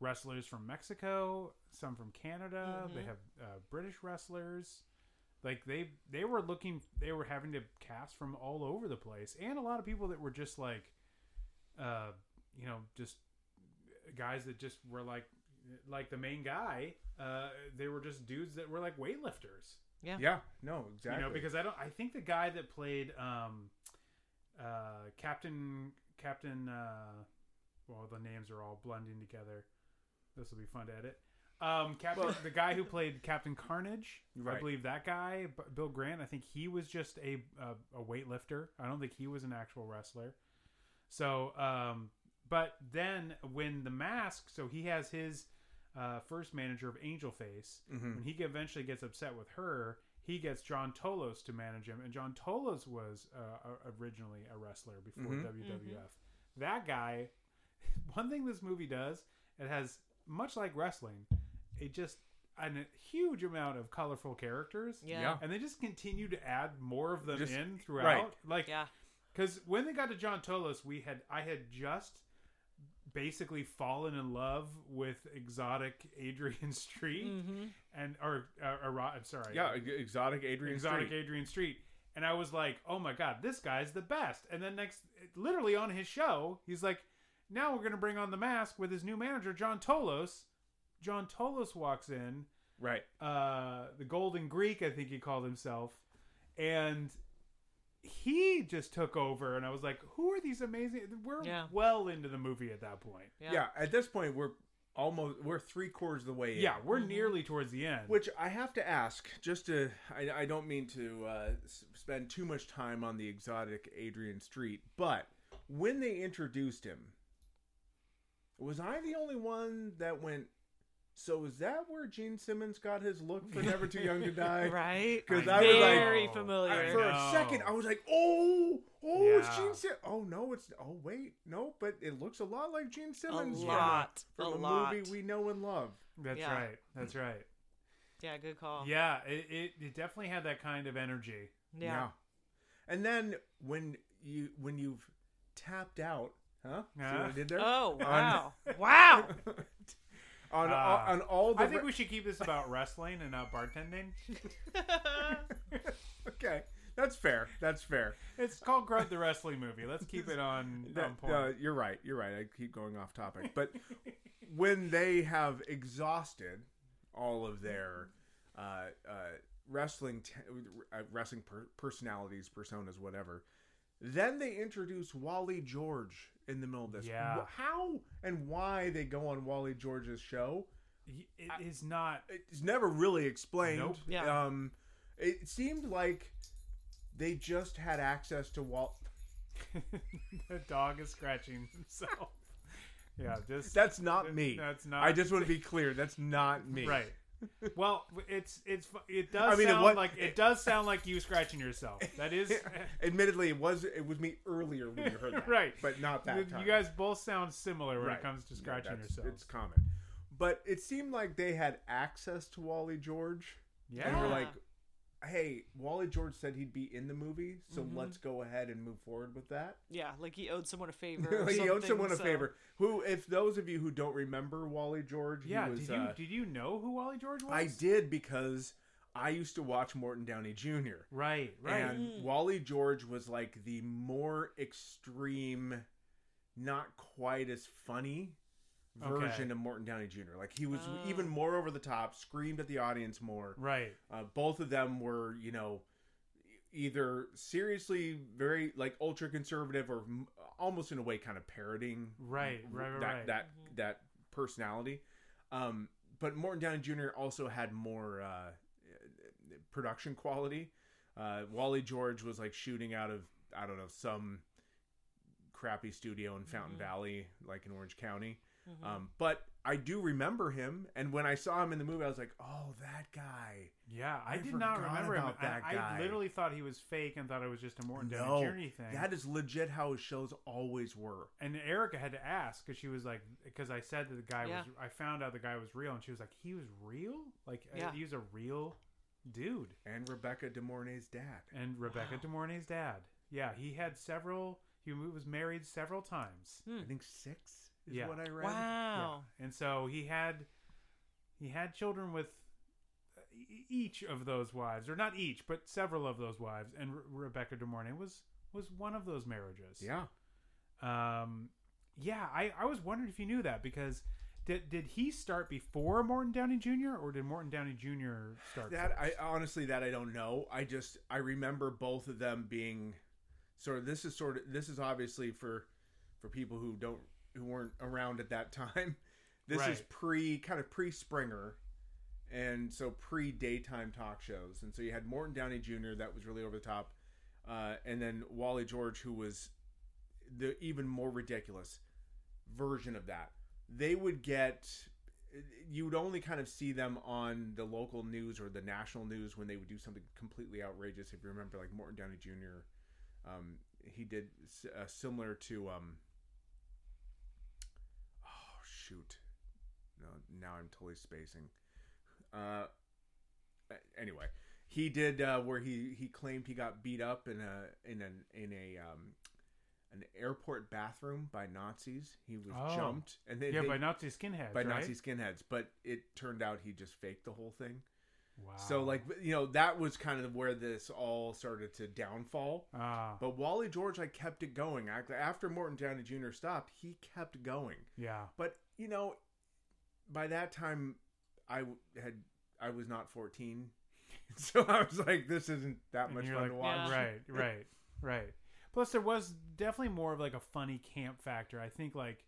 wrestlers from Mexico, some from Canada. They have uh, British wrestlers. Like they they were looking, they were having to cast from all over the place, and a lot of people that were just like, uh, you know, just guys that just were like, like the main guy. Uh, they were just dudes that were like weightlifters. Yeah. No, exactly. You know, because I don't. I think the guy that played um, uh, Captain Captain. Uh, well, the names are all blending together. This will be fun to edit. Um, Captain, the guy who played Captain Carnage, I Right. believe that guy, B- Bill Grant. I think he was just a, a a weightlifter. I don't think he was an actual wrestler. So, um, but then when the mask, so he has his uh, first manager of Angel Face. Mm-hmm. When he eventually gets upset with her, he gets John Tolos to manage him, and John Tolos was uh, o- originally a wrestler before Mm-hmm. WWF. Mm-hmm. That guy. One thing this movie does, it has much like wrestling, it just an, a huge amount of colorful characters. Yeah. Yeah. And they just continue to add more of them Just- in throughout. right. Like Yeah. because when they got to John Tolos, we had I had just basically fallen in love with exotic Adrian Street Mm-hmm. and or, or, or I'm sorry, yeah, ex- exotic Adrian exotic Street. Adrian Street. And I was like, oh my god, this guy's the best. And then next, literally on his show, he's like, now we're gonna bring on the mask with his new manager John Tolos. John Tolos walks in right. uh, the Golden Greek, I think he called himself, and he just took over. And I was like, "Who are these amazing?" We're Yeah. well into the movie at that point. Yeah. Yeah. at this point we're almost we're 3 quarters of the way in. Yeah, we're Mm-hmm. nearly towards the end. Which I have to ask, just to, I, I don't mean to uh, s- spend too much time on the exotic Adrian Street, but when they introduced him, Was I the only one that went? So is that where Gene Simmons got his look for Never Too Young to Die? Right? 'Cause I was like- Very I- familiar. For No. a second, I was like, "Oh, oh, it's Yeah. Gene Simmons." Oh no, it's oh wait, no, but it looks a lot like Gene Simmons from lot. from A a lot. movie we know and love. That's Yeah. right. That's right. yeah, good call. Yeah, it, it, it definitely had that kind of energy. Yeah. And then when you when you've tapped out, huh? See what I Yeah. did there? Oh, On- wow. wow. On, all, Ah. on all the I think re- we should keep this about wrestling and not bartending. okay, that's fair. That's fair. It's called Grub the Wrestling Movie. Let's keep it on, That- on point. uh, you're right. You're right. I keep going off topic, but when they have exhausted all of their uh, uh, wrestling t- uh, wrestling per- personalities, personas, whatever, then they introduce Wally George in the middle of this. Yeah. Wh- How and why they go on Wally George's show? it is not. It's never really explained. Nope. Yeah. Um, it seemed like they just had access to Walt. the dog is scratching himself. Yeah, just That's not me. That's not- I just want to be clear. That's not me. right. Well, it's it's fu- it does I mean, it sound wa- like it does sound like you scratching yourself. That is Admittedly, it was it was me earlier when you heard that. right, But not that You- time. You guys both sound similar when Right. it comes to No, scratching that's- yourself. It's common. But it seemed like they had access to Wally George. yeah, And we're Yeah. like, hey, Wally George said he'd be in the movie, so Mm-hmm. let's go ahead and move forward with that. Yeah, like he owed someone a favor. or Like, he owed something, someone a so- favor. Who, if those of you who don't remember Wally George, he yeah. was, did you uh, did you know who Wally George was? I did because I used to watch Morton Downey Jr. Right, right. And Wally George was like the more extreme, not quite as funny version Okay. of Morton Downey Jr. Like he was Oh. even more over the top, screamed at the audience more. right. Uh, both of them were, you know, e-, either seriously very like ultra conservative or m- almost in a way kind of parodying Right, right, right, Mm, that right. that that personality. Um, but Morton Downey Jr. also had more uh, production quality. Uh, Wally George was like shooting out of I don't know some crappy studio in Fountain Valley, like in Orange County. Mm-hmm. Um, but I do remember him, and when I saw him in the movie, I was like, "Oh, that guy." Yeah, I, I did not forgot remember him. about that I, I guy. literally thought he was fake and thought it was just a Morton No, Downey Jr. thing. that is legit how his shows always were. and Erica had to ask because she was like, because I said that the guy Yeah. was, I found out the guy was real, and she was like, he was real, like uh, Yeah. he was a real dude. And Rebecca De Mornay's dad. And Rebecca De Mornay's dad, yeah, he had several. He was married several times, I think six is Yeah. what I read. Wow. and so he had, he had children with e- each of those wives, or not each, but several of those wives. And Re- Rebecca De Mornay was was one of those marriages. Yeah. Um, yeah, I, I was wondering if you knew that because did did he start before Morton Downey Jr. or did Morton Downey Jr. start? That I uh, first? honestly that I don't know. I just I remember both of them being sort of this is sort of this is obviously for for people who don't who weren't around at that time. This is Right. pre kind of pre Springer and so pre daytime talk shows. And so you had Morton Downey Jr. that was really over the top. Uh, and then Wally George who was the even more ridiculous version of that. They would get you would only kind of see them on the local news or the national news when they would do something completely outrageous. If you remember, like Morton Downey Jr., um, he did s- uh, similar to. Um, oh shoot! No, now I'm totally spacing. Uh, a- anyway, he did uh, where he he claimed he got beat up in a in an in a um, an airport bathroom by Nazis. He was Oh. jumped and they, yeah, they- by Nazi skinheads, by right? Nazi skinheads, but it turned out he just faked the whole thing. Wow. So like you know that was kind of where this all started to downfall. Ah, But Wally George, I kept it going. Ac- After Morton Downey Jr. stopped, he kept going. yeah, But you know, by that time, I w- had I was not fourteen, so I was like, this isn't that And much you're fun like, to watch. Yeah. right, right, right. Plus, there was definitely more of like a funny camp factor. I think like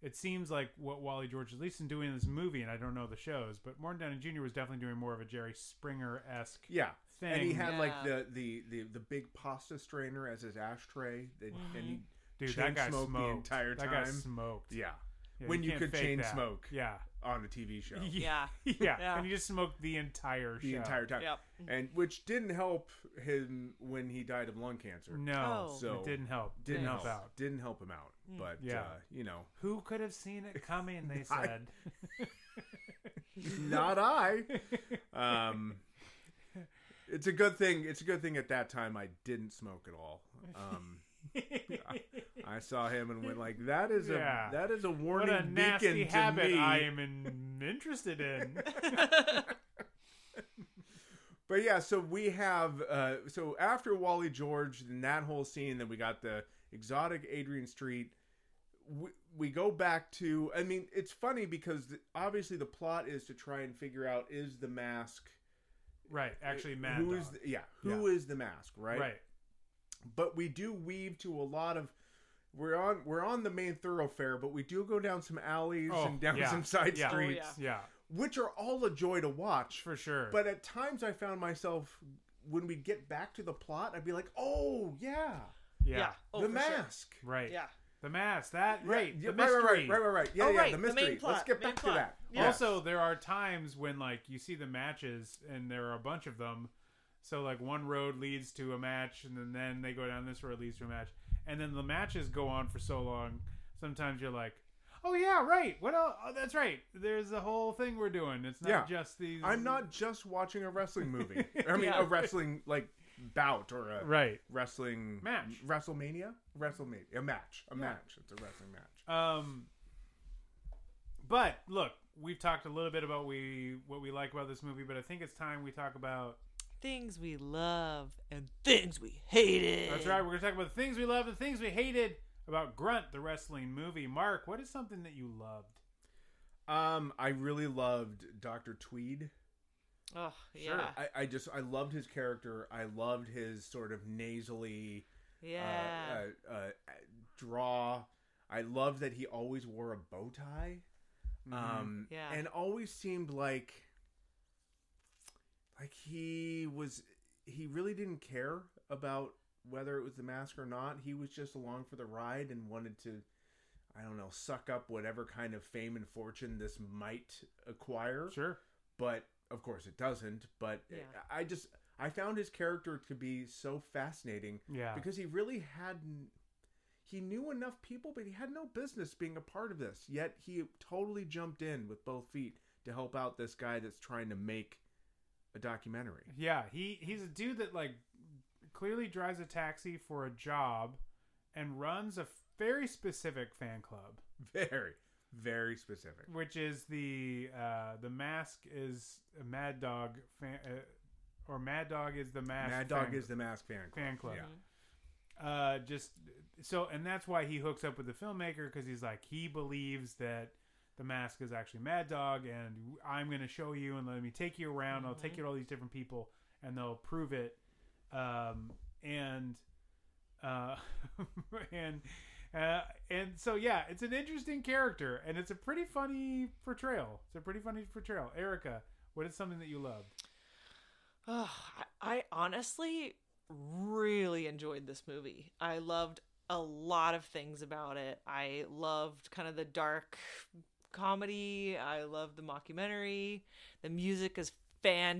it seems like what Wally George, at least in doing this movie, and I don't know the shows, but Morton Downey Jr. was definitely doing more of a Jerry Springer esque. Yeah. And he Thing. had like Yeah. the, the, the, the big pasta strainer as his ashtray, and, and he Dude, chain that guy smoked smoked the entire That time. guy smoked. yeah, Yeah, when you, can't could fake chain that. smoke Yeah. on a TV show Yeah. yeah. Yeah. And you just smoked the entire the show. entire time, Yep. and which didn't help him when he died of lung cancer. No. Oh. So- it didn't help. didn't help help out. Didn't help him out, Hmm. but Yeah. uh, you know, Who could have seen it coming, they I- said. not I. Um, it's a good thing. It's a good thing at that time I didn't smoke at all. Um, I, I saw him and went like, "That is Yeah. a that is a what warning a nasty beacon to habit me." I am in, interested in. But yeah, so we have uh, so after Wally George and that whole scene, then we got the exotic Adrian Street. We, we go back to. I mean, it's funny because the, obviously the plot is to try and figure out is the mask right. Actually, Mad who Dog. is the, yeah who is the mask right? Right. But we do weave to a lot of. We're on we're on the main thoroughfare, but we do go down some alleys Oh, and down yeah, some side yeah. Oh, streets, Yeah, which are all a joy to watch. for sure. But at times I found myself when we get back to the plot, I'd be like, "Oh yeah, yeah. Yeah. Oh, the for sure. mask." Right. Yeah. The mask. That right. yeah, the right, right, mystery. right, right, right, right. Yeah, Oh, yeah, right, the the main mystery. Let's plot, get main back plot. to that. Yeah. Also, there are times when like you see the matches and there are a bunch of them. So like one road leads to a match, and then then they go down this road leads to a match, and then the matches go on for so long. Sometimes you're like, oh yeah, right. What else? Oh, that's right. There's the whole thing we're doing. It's not Yeah. just these. I'm not just watching a wrestling movie. I mean, a wrestling like bout or a right. wrestling Match. WrestleMania, WrestleMania, a match, a match. It's a wrestling match. Um, but look, we've talked a little bit about we what we like about this movie, but I think it's time we talk about. Things we love and things we hated. That's right. We're gonna talk about the things we love and the things we hated about Grunt, the wrestling movie. Mark, what is something that you loved? Um, I really loved Doctor Tweed. Oh, yeah. I, I just I loved his character. I loved his sort of nasally. Yeah. uh, uh, uh, draw. I love that he always wore a bow tie, um, Mm-hmm. Yeah. and always seemed like like he was he really didn't care about whether it was the mask or not. He was just along for the ride and wanted to. I don't know, suck up whatever kind of fame and fortune this might acquire Sure. but of course it doesn't but Yeah. i just i found his character to be so fascinating Yeah. because he really had n- he knew enough people but he had no business being a part of this yet he totally jumped in with both feet to help out this guy that's trying to make a documentary Yeah, he he's a dude that like clearly drives a taxi for a job and runs a very specific fan club, very very specific which is the uh, the mask is a Mad Dog fan, uh, or Mad Dog is the mask. mad dog fan is the mask fan club, fan club. Yeah. Uh, just so, and that's why he hooks up with the filmmaker because he's like he believes that the mask is actually Mad Dog, and I'm going to show you and let me take you around. I'll take you to all these different people, and they'll prove it. Um, and uh, and uh, and so yeah, it's an interesting character, and it's a pretty funny portrayal. It's a pretty funny portrayal. Erica, what is something that you loved? Ugh, I, I honestly really enjoyed this movie. I loved a lot of things about it. I loved kind of the dark comedy. I loved the mockumentary. The music is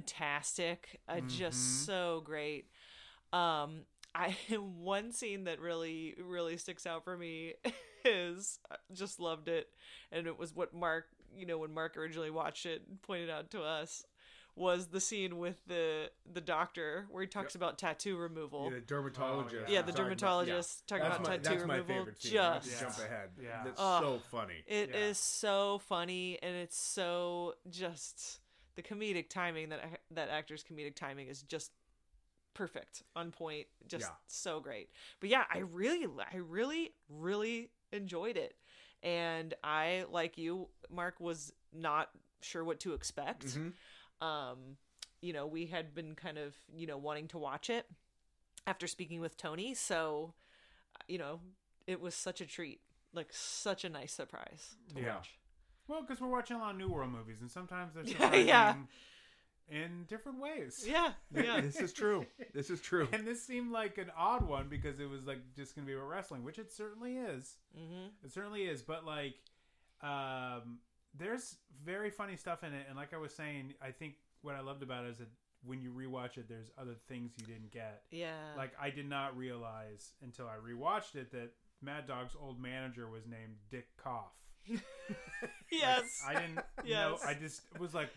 fantastic. Uh, Just so great. Um, I one scene that really really sticks out for me is I just loved it, and it was what Mark you know when Mark originally watched it and pointed out to us was the scene with the the doctor where he talks about tattoo removal. Yeah, the dermatologist Yeah, the Talking about- dermatologist yeah. talking That's about my- tattoo that's my removal. favorite scene. Not to Just- jump ahead Yeah. that's Ugh. so funny It is Yeah. so funny, and it's so just the comedic timing that that actor's comedic timing is just perfect, on point, just Yeah. so great. But yeah, I really, I really, really enjoyed it, and I, like you, Mark, was not sure what to expect. Mhm. Um, you know, we had been kind of you know wanting to watch it after speaking with Tony, so you know it was such a treat like such a nice surprise to Yeah. watch. Well, because we're watching a lot of New World movies, and sometimes they're Yeah, surprising yeah. in different ways. Yeah, yeah, this is true this is true And this seemed like an odd one because it was like just going to be about wrestling, which it certainly is. mm-hmm. It certainly is. But like, um, there's very funny stuff in it, and like I was saying, I think what I loved about it is that when you rewatch it, there's other things you didn't get. Yeah. Like I did not realize until I rewatched it that Mad Dog's old manager was named Dick Koff. yes. I didn't Yes. know. I just was like,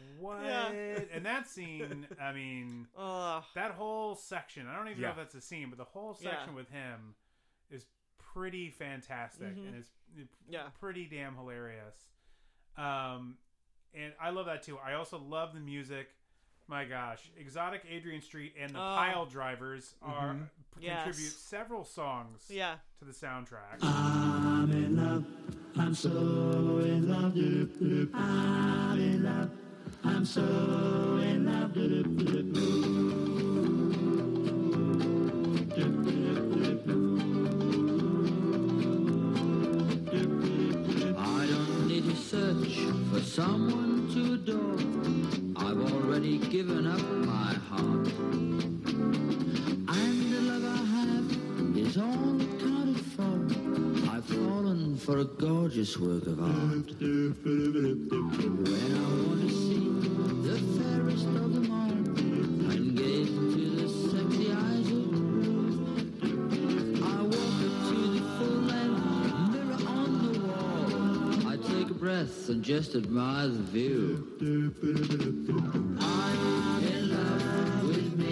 what? Yeah. And that scene, I mean, Ugh. that whole section, I don't even know if Yeah. that's a scene, but the whole Yeah. section with him is pretty fantastic and it's Mm-hmm. Yeah. pretty damn hilarious. Um, and I love that too. I also love the music. My gosh, Exotic Adrian Street and the Pile Drivers are p- Oh. Yes. contribute several songs Yeah. to the soundtrack. I'm in love. I'm so in love. I'm in love. I'm so in love. I don't need to search for someone to adore. I've already given up my heart. And the love I have is all accounted for. I've fallen for a gorgeous work of art. When I want to see the fairest of them all, I'm gazed to the sexy eyes of I walk up to the full length mirror on the wall. I take a breath and just admire the view. I'm in love with me.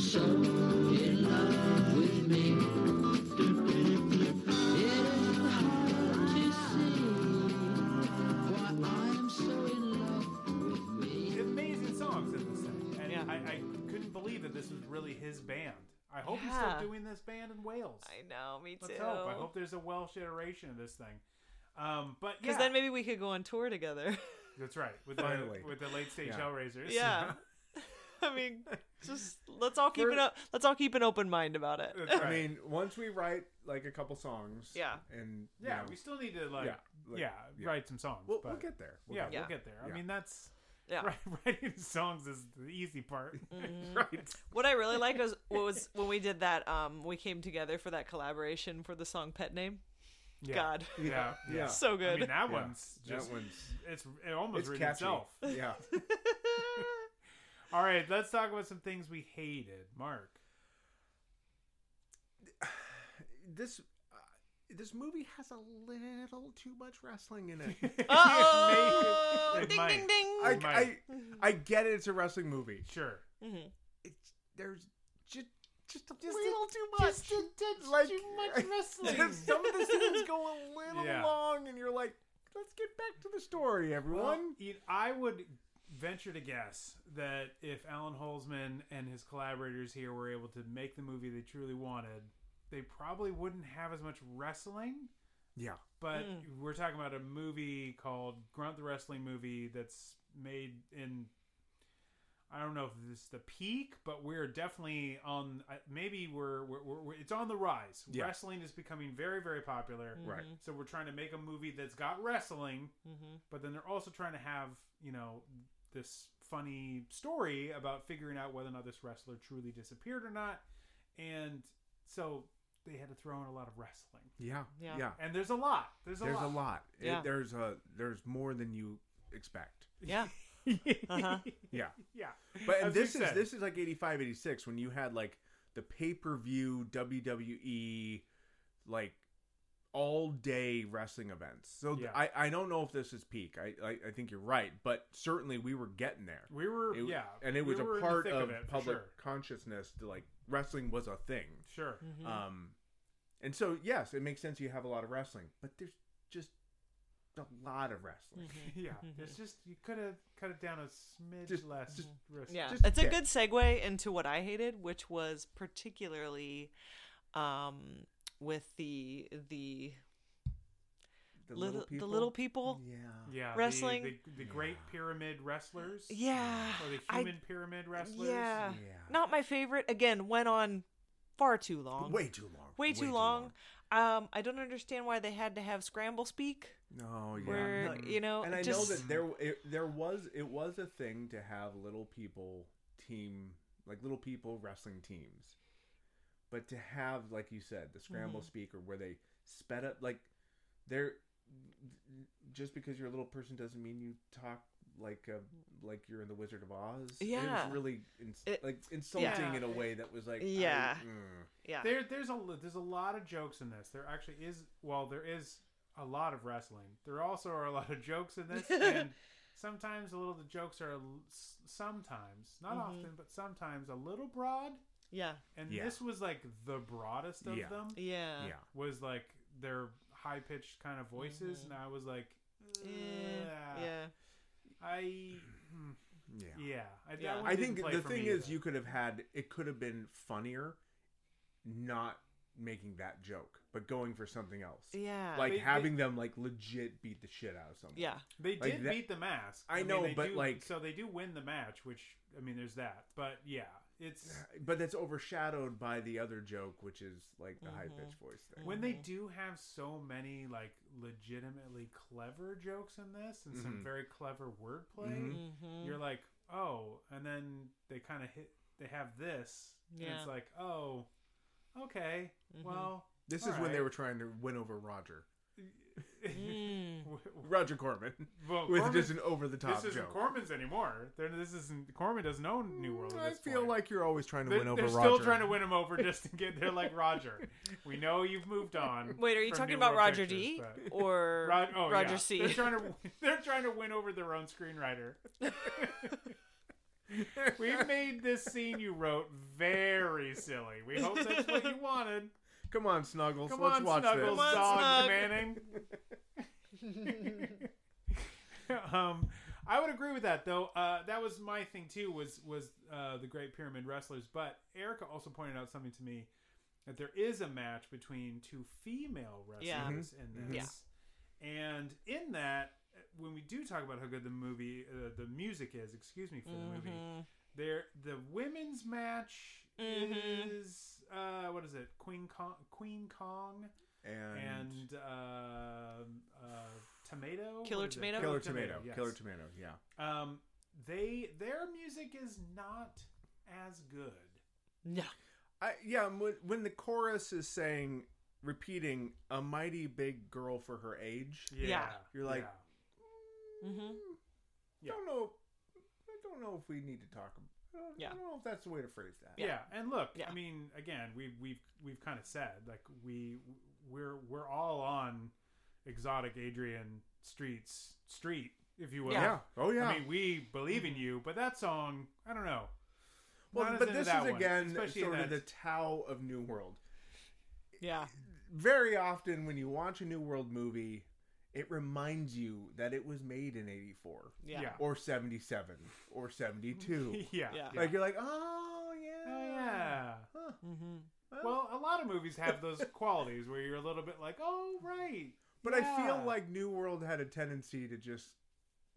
So in love with me. It is hard to see why I'm so in love with me. amazing songs in this thing. And Yeah. I, I couldn't believe that this was really his band. I hope he's Yeah. still doing this band in Wales. I know. Me too. Let's hope. I hope there's a Welsh iteration of this thing. Um, but yeah, Because then maybe we could go on tour together. that's right. With the, Finally. with the late stage Yeah. Hellraisers. yeah. I mean, just let's all keep For- it up. Let's all keep an open mind about it. That's right. I mean, once we write like a couple songs, Yeah. and you yeah, know, we still need to like, yeah, Yeah, like, yeah. write some songs. we'll, but, we'll get there. We'll yeah, get we'll there. get there. I Yeah. mean, that's Yeah. Mm, right, writing songs is the easy part, right? What I really like was what was when we did that. Um, we came together for that collaboration for the song "Pet Name." Yeah. God, yeah, there. Yeah, so I good. mean, that Yeah. one's just that one's it's it almost it's written catchy. itself. Yeah. All right, let's talk about some things we hated, Mark. this uh, this movie has a little too much wrestling in it. oh, It ding might. ding ding. I, I Mike. I get it. It's a wrestling movie. Sure. It's there's just just a Just a- little too much. just- like, too much wrestling. some of the scenes go a little Yeah. long, and you're like, let's get back to the story, everyone. Well, I would venture to guess that if Alan Holzman and his collaborators here were able to make the movie they truly wanted, they probably wouldn't have as much wrestling. yeah. But we're talking about a movie called Grunt the Wrestling Movie that's made in. I don't know if this is the peak, but we're definitely on. I- Maybe we're, we're, we're, we're it's on the rise. Yeah. Wrestling is becoming very, very popular. Mm. Right. So we're trying to make a movie that's got wrestling, Mm-hmm, but then they're also trying to have you know this funny story about figuring out whether or not this wrestler truly disappeared or not, and so they had to throw in a lot of wrestling. Yeah. Yeah. Yeah. And there's a lot. There's a There's lot. a lot. It- Yeah. there's a there's more than you expect. yeah. Uh-huh. Yeah. Yeah. But As and we this is said. this is like 85 86 when you had like the pay-per-view WWE like all day wrestling events. So th- Yeah. I I don't know if this is peak. I, I I think you're right, but certainly we were getting there. We were It- yeah, and it was we were a in the part thick of, it, for public Sure. consciousness to like wrestling was a thing. Sure. Mm-hmm. Um and so yes, it makes sense you have a lot of wrestling, but there's just a lot of wrestling. Mm-hmm. Yeah. It's just you could have cut it down a smidge Just- less. just- risk. Mm-hmm. Yeah, Just it's a dick. good segue into what I hated, which was particularly um, with the the The little, the little people. Yeah. Yeah. the- Wrestling. The, the, Great Pyramid wrestlers. Yeah, Or the I- Human Pyramid wrestlers. yeah, Yeah. not my favorite. Again, went on far too long. Way too long. way too long. Um, I don't understand why they had to have scramble speak. No, yeah. Where you know, and I just, know that there it, there was it was a thing to have little people team like little people wrestling teams, Mm-hmm. but to have like you said the scramble speaker where they sped up like there just because you're a little person doesn't mean you talk like a, like you're in the Wizard of Oz. And it Yeah. was really ins- It- like insulting yeah. in a way that was like I- Yeah. mm. Yeah. There, there's a l- there's a lot of jokes in this. There actually is. Well, there is a lot of wrestling. There also are a lot of jokes in this, and sometimes a little the jokes are l- s- sometimes not Mm-hmm. often, but sometimes a little broad. yeah. And Yeah. this was like the broadest of Yeah. them. Yeah. yeah. Was like their high pitched kind of voices, and I was like, Mm-hmm. Eh, Yeah. "Ugh, Yeah. I hmm, yeah, yeah, I, that Yeah. one I didn't think play the for thing me is, either. you could have had it could have been funnier, not making that joke, but going for something else. Yeah. like They- having them like legit beat the shit out of someone. yeah. They Like did that- beat the mask. I know, they but, do- like- so they do win the match, which I mean, there's that. But yeah, it's but that's overshadowed by the other joke, which is like the high pitched voice thing. when they do have so many like legitimately clever jokes in this and Mm-hmm. some very clever wordplay. Mm-hmm. You're like, oh, and then they kind of hit. They have this, and Yeah. it's like, oh, okay, well, this is all when they right. were trying to win over Roger, Mm. W- Roger Corman, Well, with Oh, Corman- just an over the top this isn't joke. Corman's anymore. There- This isn't Corman doesn't own New World. at Mm, I this feel point. like you're always trying to They're, win over they're Roger. still trying to win him over just to get there like Roger. We know you've moved on. Wait, are you from talking New about World Roger Pictures, D but- or Rod- oh, yeah. Roger C? They're trying to they're trying to win over their own screenwriter. We've made this scene you wrote very silly. We hope that's what you wanted. Come on, Snuggles, Come let's on, watch Come Snuggles, on, this. dog Snug. Manning. um, I would agree with that though. Uh, that was my thing too. Was was uh, the Great Pyramid wrestlers? But Erica also pointed out something to me that there is a match between two female wrestlers Yeah. Mm-hmm. in this, and in that, when we do talk about how good the movie, uh, the music is, excuse me for Mm-hmm. the movie, there the women's match Mm-hmm. is uh, what is it? Queen Kong, Queen Kong, And, and uh, uh, Tomato, Killer What is it? Tomato? Killer Tomato, yes. Killer Tomato, yeah. Um, they their music is not as good. no. I, yeah, and when, when the chorus is saying, repeating, a mighty big girl for her age, Yeah. You're like- Mm-hmm. I don't know. I don't know if we need to talk. I don't, Yeah. I don't know if that's the way to phrase that. yeah. And look, Yeah. I mean, again, we we've we've kind of said like we we're we're all on exotic Adrian Street's street, if you will. Yeah. Yeah. Oh yeah. I mean, we believe in you, but that song, I don't know. not well, as but into this that is one, again especially sort of the that- Tao of New World. Yeah. Very often when you watch a New World movie, it reminds you that it was made in '84 Yeah. Yeah. or '77 or '72. yeah. Yeah. Like you're like, oh yeah, Oh yeah. Huh. Mm-hmm. Well, a lot of movies have those qualities where you're a little bit like, oh right. But I Yeah. feel like New World had a tendency to just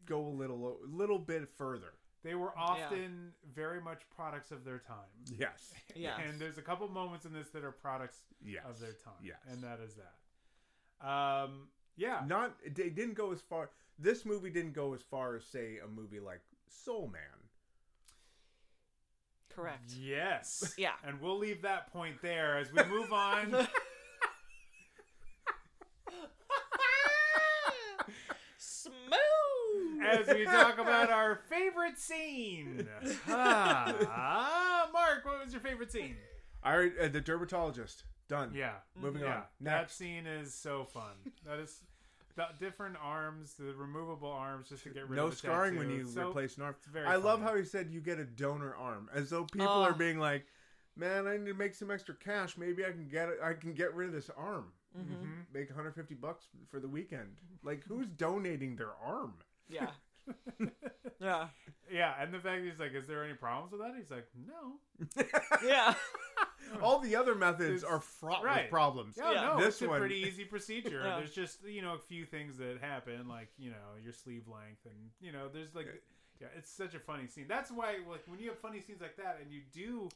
go a little, little bit further. They were often very much products of their time. Yes. Yes. And there's a couple moments in this that are products Yes. of their time. Yes. And that is that. Um, yeah. not they didn't go as far this movie didn't go as far as say a movie like soul man Correct. Yes. Yeah. And we'll leave that point there as we move on. Smooth. as we talk about our favorite scene. Ah, Mark, what was your favorite scene? i uh, the dermatologist done Yeah. moving yeah. on That next scene is so fun. That is the different arms, the removable arms just to get rid no of the scarring when tattoo. you So- replace an arm very i love funny. how he said you get a donor arm as though people Oh. are being like man i need to make some extra cash maybe i can get it i can get rid of this arm Mm. make 150 bucks for the weekend like who's donating their arm Yeah. yeah. Yeah, and the fact that he's like, "Is there any problems with that?" He's like, "No." Yeah. all the other methods It's- are fraught right. with problems Yeah, Yeah. no, This it's a one- pretty easy procedure. Yeah. There's just you know a few things that happen, like you know your sleeve length, and you know there's like, yeah, it's such a funny scene. That's why like when you have funny scenes like that, and you do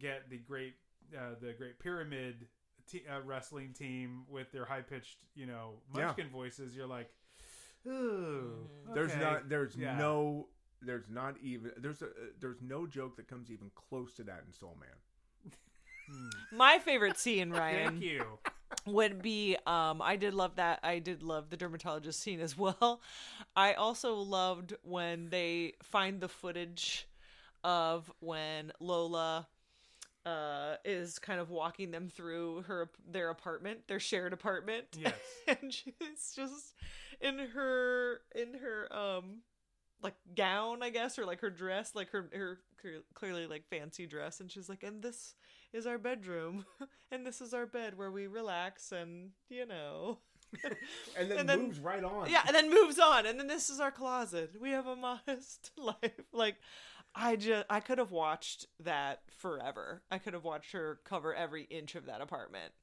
get the great uh, the Great Pyramid t- uh, wrestling team with their high pitched you know Yeah. Munchkin voices, you're like, ooh, There's okay." not. There's Yeah. no. There's not even. There's a. There's no joke that comes even close to that in Soul Man. My favorite scene, Ryan, Hmm. Thank you. would be um I did love that I did love the dermatologist scene as well. I also loved when they find the footage of when Lola uh is kind of walking them through her their apartment, their shared apartment. Yes. and she's just in her in her um like gown, I guess, or like her dress, like her her clear- clearly like fancy dress, and she's like, and this is our bedroom, and this is our bed where we relax, and you know, and then, And then- moves right on. yeah, and then moves on, and then this is our closet. We have a modest life. Like, I just I could have watched that forever. I could have watched her cover every inch of that apartment.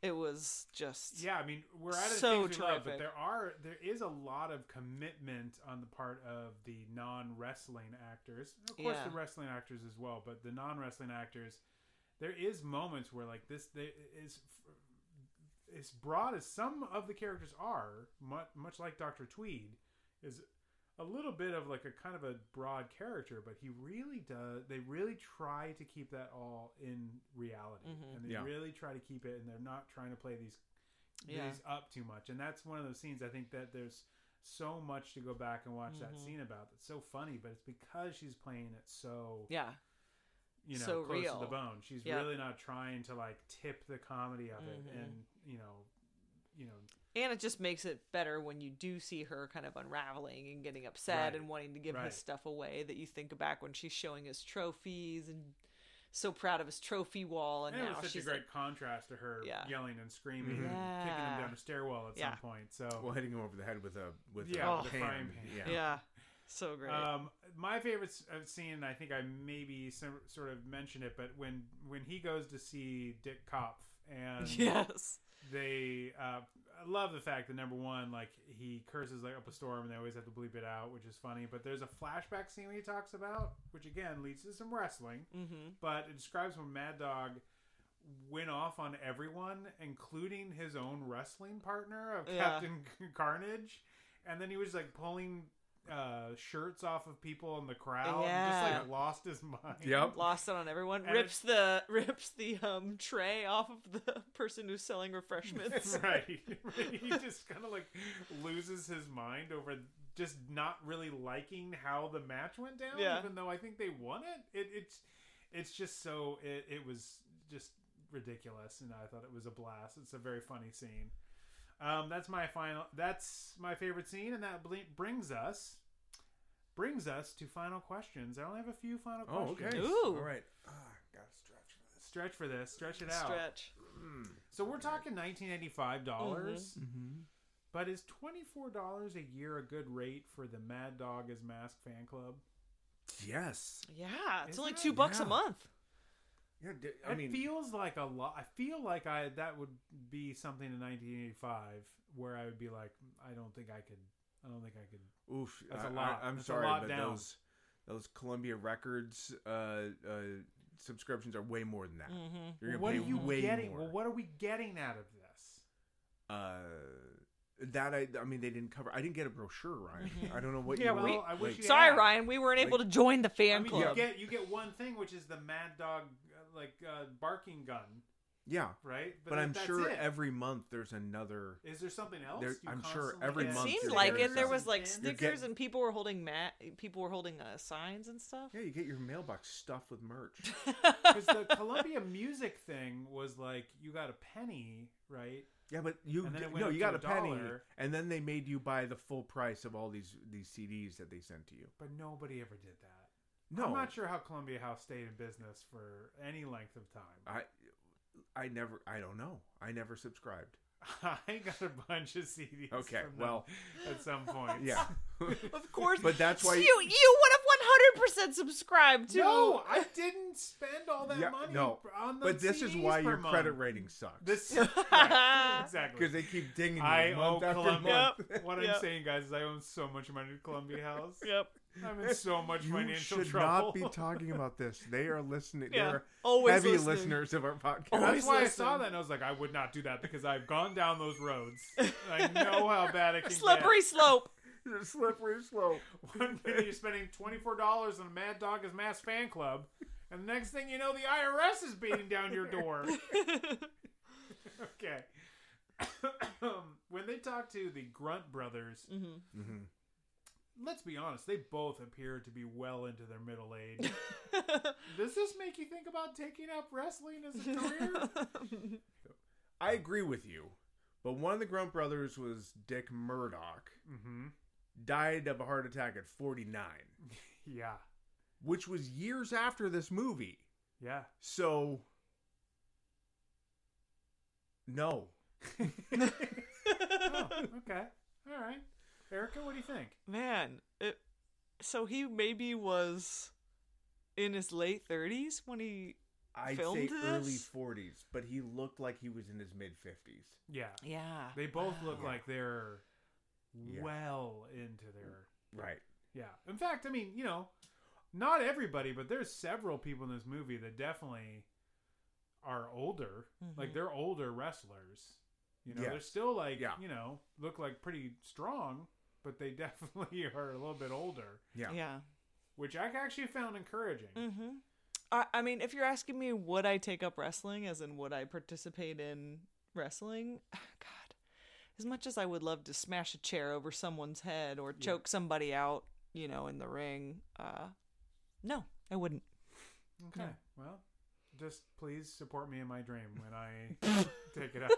It was just Yeah, I mean, we're out of So things we love, terrific. but there are there is a lot of commitment on the part of the non wrestling actors. Of course, Yeah. the wrestling actors as well, but the non wrestling actors. There is moments where like this there is as broad as some of the characters are, much much like Doctor Tweed, is a little bit of like a kind of a broad character, but he really does. They really try to keep that all in reality, Mm-hmm. and they Yeah. really try to keep it, and they're not trying to play these Yeah. these up too much. And that's one of those scenes I think that there's so much to go back and watch Mm-hmm. that scene about. That's so funny, but it's because she's playing it so yeah. you know so close real. to the bone. She's Yeah. Mm-hmm. really not trying to like tip the comedy of it, and you know, you know, And it just makes it better when you do see her kind of unraveling and getting upset Right. and wanting to give Right. his stuff away. That you think back when she's showing his trophies and so proud of his trophy wall, and, And it now was such a she's great contrast to her Yeah. yelling and screaming and kicking him Yeah. down the stairwell at Yeah. some point. So, Well, hitting him over the head with a with Yeah, a with a pan. frying pan. Yeah. like, yeah, so great. um, my favorite s- uh, scene, and I think I maybe some, sort of mentioned it, but when when he goes to see Dick Kopf and yes, they, uh, I love the fact that number one, like he curses like up a storm, and they always have to bleep it out, which is funny. But there's a flashback scene where he talks about, which again leads to some wrestling. mm-hmm. but it describes when Mad Dog went off on everyone, including his own wrestling partner of Yeah. Captain Carnage, and then he was like pulling uh, shirts off of people in the crowd, and Yeah. just like lost his mind. Yep. lost it on everyone. And rips the rips the um tray off of the person who's selling refreshments. right. he just kind of like loses his mind over just not really liking how the match went down, Yeah. even though I think they won it. it it's it's just so it, it was just ridiculous, and I thought it was a blast. It's a very funny scene. Um, that's my final. That's my favorite scene, and that bl- brings us brings us to final questions. I only have a few final Oh, questions. okay. Ooh. All right. Ah, gotta stretch for this. Stretch for this. Stretch it out. Stretch. So we're talking 1985 dollars. Mm-hmm. But is twenty four dollars a year a good rate for the Mad Dog as Mask fan club? Yes. Yeah, it's Isn't only it? two bucks Yeah. a month. Yeah. d- I mean, it feels like a lot. I feel like I that would be something in nineteen eighty five where I would be like, I don't think I could. I don't think I could. oof. That's a I- lot. I, am That's a sorry, lot but down. those those Columbia Records uh, uh, subscriptions are way more than that. Mm. Mm-hmm. You're gonna What pay are you way getting? more. Well, what are we getting out of this? uh, that I, I mean, they didn't cover. I didn't get a brochure, Ryan. I don't know what. Yeah, you we- want. Well, I wish Like, you Sorry, had. Ryan, we weren't able to join the I fan mean, you club. get you get one thing, which is the Mad Dog uh, like uh, barking gun, Yeah, right? but, that- I'm that's sure it. every month there's another. Is there something else? There- You I'm sure constantly every get It month seemed you're like getting it. There was something. like Pins? stickers getting- and people were holding mat. People were holding uh, signs and stuff. Yeah, you get your mailbox stuffed with merch. because the Columbia music thing was like you got a penny, right? Yeah, but you And then it went no, up you to got a a penny, dollar. and then they made you buy the full price of all these these CDs that they sent to you. But nobody ever did that. No, I'm not sure how Columbia House stayed in business for any length of time. I I never. I don't know. I never subscribed. I got a bunch of CDs. Uh, Okay, from them well- at some point, Yeah, Of course, But that's why- you you would have one hundred percent subscribed to. No, I didn't spend all that yeah, money no. on the But this is CDs why per your month. credit rating sucks. This right, exactly because they keep dinging you I owe month after Columbia. month. What I'm Yep. saying, guys, is I own so much money to Columbia House. Yep. I'm in so much You financial should trouble. not be talking about this. They are listening. Yeah. They're Always heavy listening. listeners of our podcast. That's Always why listen. I saw that and I was like, I would not do that because I've gone down those roads. I know how bad it can Slippery slope. It's a slippery slope. get. One minute you're spending twenty four dollars on a Mad Dog is Mass fan club, and the next thing you know, the IRS is beating down your door. okay, when they talk to the Grunt brothers, let's be honest, they both appear to be well into their middle age. Mm-hmm. Does this make you think about taking up wrestling as a career? I agree with you, but one of the Grunt brothers was Dick Murdoch. Mm-hmm. Died of a heart attack at 49, yeah, which was years after this movie. yeah. So, no. Oh, Okay, all right. Erica, what do you think? Man, it, so he maybe was in his late 30s when he. I'd Filmed say this? early 40s, but he looked like he was in his mid 50s. Yeah, Yeah. they both look like they're well into their Right. Yeah. In fact, I mean, you know, not everybody, but there's several people in this movie that definitely are older. Like they're older wrestlers. You know, Mm-hmm. Yes. they're still like, Yeah. you know, look like pretty strong, but they definitely are a little bit older, Yeah. Yeah. Mm-hmm. which I actually found encouraging. Mm-hmm. I, I mean, if you're asking me, would I take up wrestling, as in would I participate in wrestling? God, as much as I would love to smash a chair over someone's head or choke somebody out, you know, in the ring, uh, no, I wouldn't. Okay. Well, just please support me in my dream when I take it up.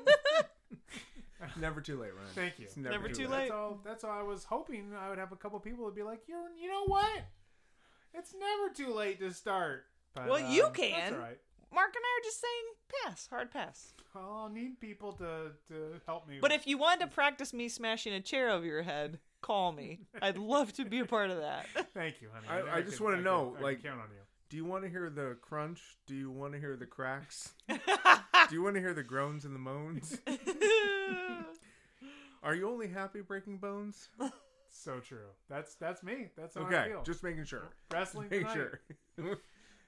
Never too late, Ryan. Thank you. It's never, Never too That's late. all. That's all. I was hoping I would have a couple people to be like, you. You know what? It's never too late to start. But, um, Well, you That's can. all right. Mark and I are just saying pass, hard pass. Well, I'll need people to to help me. But if you wanted to practice me smashing a chair over your head, call me. I'd love to be a part of that. thank you, honey. I- I just can- wanna can- know, I can like- count on you. Do you want to hear the crunch? Do you want to hear the cracks? Do you want to hear the groans and the moans? Are you only happy breaking bones? So true. That's that's me. That's how I Okay, feel. just making sure. wrestling. Making tonight. sure.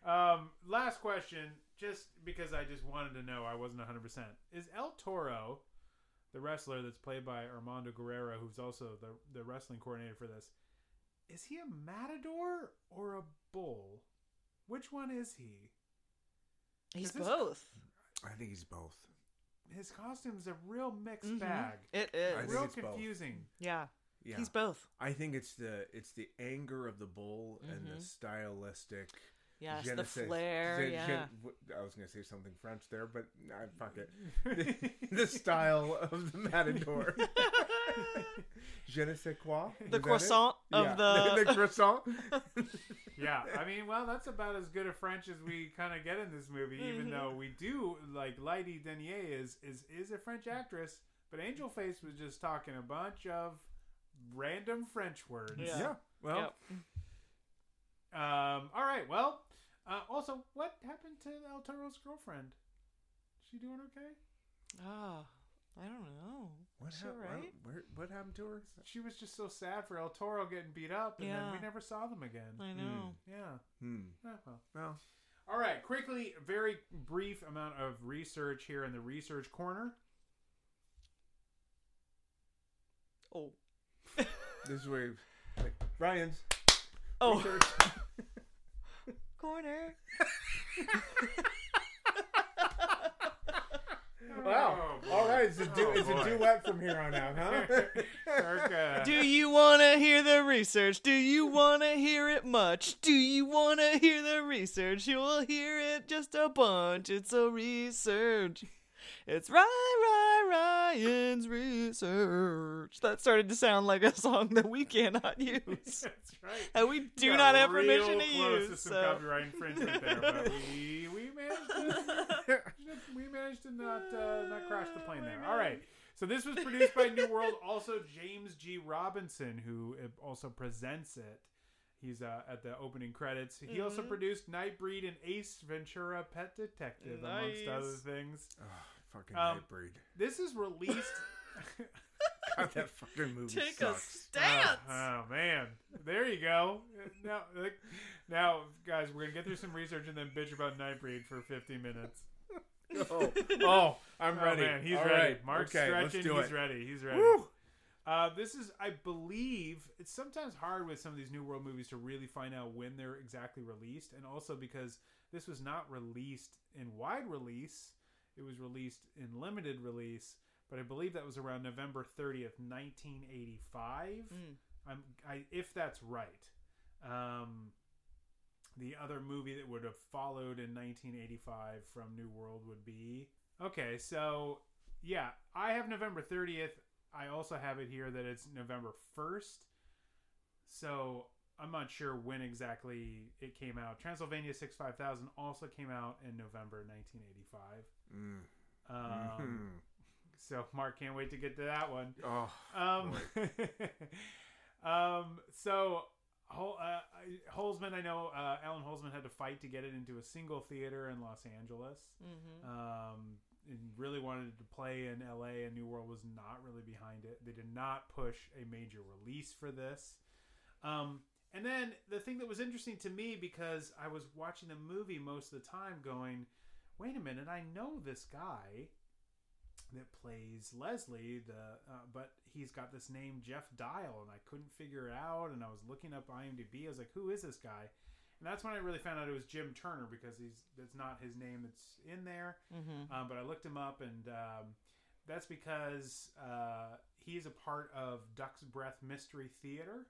Um, last question, just because I just wanted to know, I wasn't 100%. Is El Toro, the wrestler that's played by Armando Guerrero, who's also the, the wrestling coordinator for this, is he a matador or a bull? Which one is he? He's this- both. I think he's both. His costume's a real mixed bag. Mm-hmm. It is. I think real it's both. confusing. yeah. Yeah. He's both. I think it's the it's the anger of the bull and the stylistic Mm-hmm. Yes, the genesis. flair. gen- yeah. gen- w- I was gonna say something French there, but nah, fuck it. The, the style of the matador. Je ne sais quoi. Is that the it? croissant Yeah. of the, the croissant. Yeah, I mean, well, that's about as good a French as we kind of get in this movie, even though Mm-hmm. we do like Lydie Denier is is is a French actress, but Angel Face was just talking a bunch of random French words. Yeah. Yeah. Well, Yep. Um. All right. Well. Uh, also, what happened to El Toro's girlfriend? She doing okay? Ah, I don't know. what, She hap- alright? what- where, what happened to her? She was just so sad for El Toro getting beat up, and then we Yeah. never saw them again. I know. Yeah. Hmm. Oh, well. Well, All right, quickly, very brief amount of research here in the research corner. Oh. this is where like, Ryan's. Oh. Corner. Wow. Oh, All right, it's a, du- it's a duet from here on out, huh? Erica. Do you want to hear the research? Do you want to hear it much? Do you want to hear the research? You'll hear it just a bunch. It's a research. It's Ryan Ryan's research. That started to sound like a song that we cannot use. That's right. And we do Got not have real permission to close use. To some so- copyright infringement there, but we, we managed to, we managed to not uh, not crash the plane there. All right. So this was produced by New World, also James G. Robinson, who uh, also presents it. He's uh, at the opening credits. He also Mm-hmm. produced Nightbreed and Ace Ventura: Pet Detective, amongst Nice. other things. fucking Um, hybrid. This is released. God, that fucking movie Take a sucks. stance. Oh man, there you go. Now, like, now, guys, we're gonna get through some research and then bitch about Nightbreed for 50 minutes. Oh, oh, I'm Oh ready. man, he's All ready. right, Mark's okay, let's stretching. do He's it. ready. He's ready. Woo! Uh, this is, I believe, it's sometimes hard with some of these New World movies to really find out when they're exactly released, and also because this was not released in wide release, it was released in limited release. but I believe that was around November 30th, 1985. Hmm. I'm, I, if that's right. Um, the other movie that would have followed in 1985 from New World would be. Okay, so yeah, I have November 30th. I also have it here that it's November 1st. So I'm not sure when exactly it came out. Transylvania 65000 also came out in November 1985. Mm-hmm. Um, So Mark can't wait to get to that one. Oh, Um, um, so Hol- uh, I- Holzman, I know uh, Alan Holzman had to fight to get it into a single theater in Los Angeles. Um, and really wanted to play in LA, and New World was not really behind it. They did not push a major release for this. Um, and then the thing that was interesting to me because I was watching the movie most of the time, going, "Wait a minute, I know this guy." that plays Leslie. The uh, but he's got this name Jeff Dial, and I couldn't figure it out. And I was looking up IMDb. I was like, who is this guy? And that's when I really found out it was Jim Turner because he's that's not his name that's in there. Mm-hmm. Um, but I looked him up, and um, that's because uh, he's a part of Duck's Breath Mystery Theater.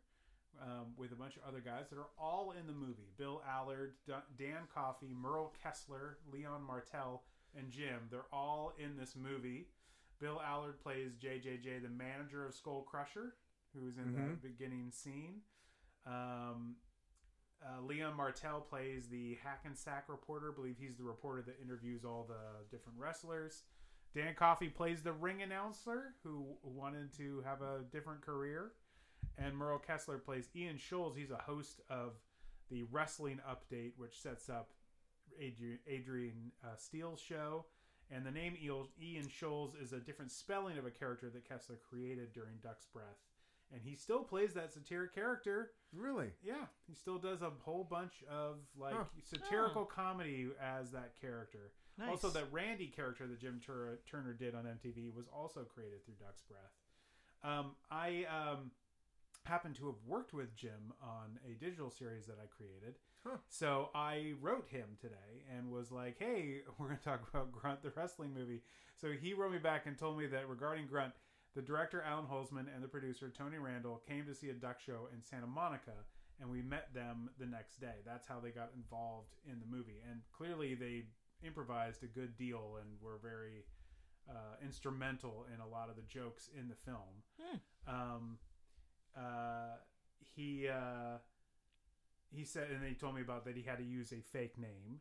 Um, with a bunch of other guys that are all in the movie Bill Allard, D- Dan Coffey, Merle Kessler, Leon Martel, and Jim. They're all in this movie. Bill Allard plays JJJ, the manager of Skull Crusher, who is in the beginning scene. Um, uh, Leon Martel plays the Hackensack reporter. I believe he's the reporter that interviews all the different wrestlers. Dan Coffey plays the ring announcer who wanted to have a different career. And Merle Kessler plays Ian Scholes. He's a host of the Wrestling Update, which sets up Adrian, Adrian uh, Steele's show. And the name Eel- Ian Scholes is a different spelling of a character that Kessler created during Duck's Breath. And he still plays that satiric character. really? Yeah, he still does a whole bunch of like satirical comedy as that character. Nice. Also, that Randy character that Jim Tur- Turner did on MTV was also created through Duck's Breath. Um, I um, happen to have worked with Jim on a digital series that I created. So I wrote him today and was like, hey, we're going to talk about Grunt, the wrestling movie. So he wrote me back and told me that regarding Grunt, the director, Alan Holzman, and the producer, Tony Randall, came to see a duck show in Santa Monica, and we met them the next day. That's how they got involved in the movie. And clearly they improvised a good deal and were very uh, instrumental in a lot of the jokes in the film. Um, uh, he uh, he said, and then he told me about that he had to use a fake name.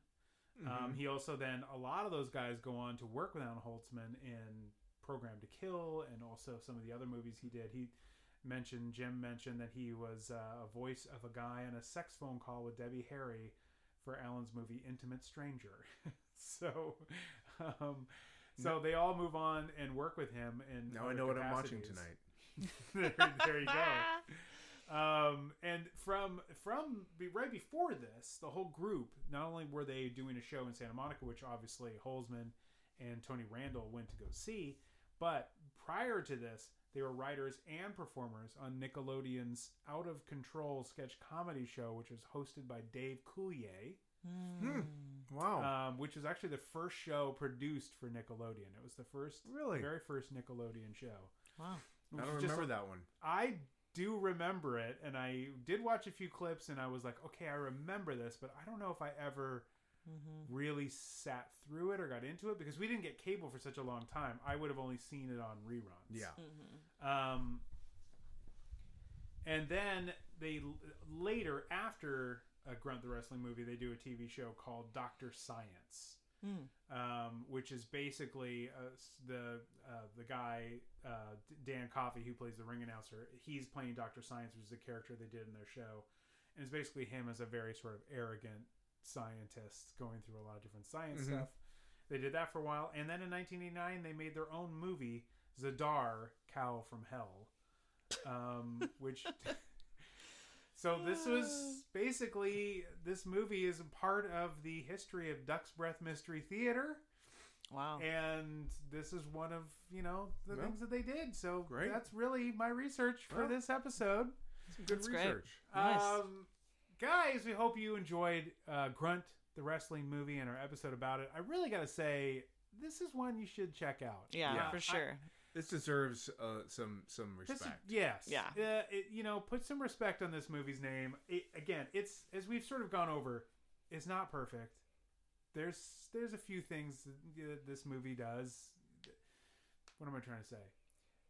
Mm-hmm. Um, he also then a lot of those guys go on to work with Alan Holtzman in Program to Kill and also some of the other movies he did. He mentioned Jim mentioned that he was uh, a voice of a guy on a sex phone call with Debbie Harry for Alan's movie Intimate Stranger. so, um, so they all move on and work with him. And Now I know what I'm watching tonight. there, there you go. Um, and from from be- right before this, the whole group not only were they doing a show in Santa Monica, which obviously Holzman and Tony Randall went to go see, but prior to this, they were writers and performers on Nickelodeon's Out of Control sketch comedy show, which was hosted by Dave Coulier Hmm. Hmm. Wow. um, which was actually the first show produced for Nickelodeon. It was the first, Really? very first Nickelodeon show. Wow. I don't which is just remember a- that one. I do remember it, and I did watch a few clips, and I was like, okay, I remember this, but I don't know if I ever really sat through it or got into it because we didn't get cable for such a long time. I would have only seen it on reruns. Yeah. mm, Um, and then they l- later, after a Grunt the Wrestling movie, they do a TV show called Doctor Science, um, which is basically uh, s- the uh, the guy uh, D- Dan Coffey who plays the ring announcer. He's playing Doctor Science, which is the character they did in their show, and it's basically him as a very sort of arrogant scientist going through a lot of different science Mm-hmm. stuff. They did that for a while, and then in 1989 they made their own movie, Zadar, Cow from Hell, um, which. so this was basically this movie is a part of the history of Duck's Breath Mystery Theater, Wow. and this is one of you know the Well, things that they did. So great. that's really my research for Well. this episode. Good That's great. research. Nice. Um, guys, we hope you enjoyed uh, Grunt, the wrestling movie, and our episode about it. I really got to say, this is one you should check out. yeah, Uh, for I- sure. This deserves uh, some some This is, respect. yes. Yeah. Uh, it- you know, put some respect on this movie's name. It, again, it's as we've sort of gone over, it's not perfect. There's there's a few things uh, this movie does. What am I trying to say?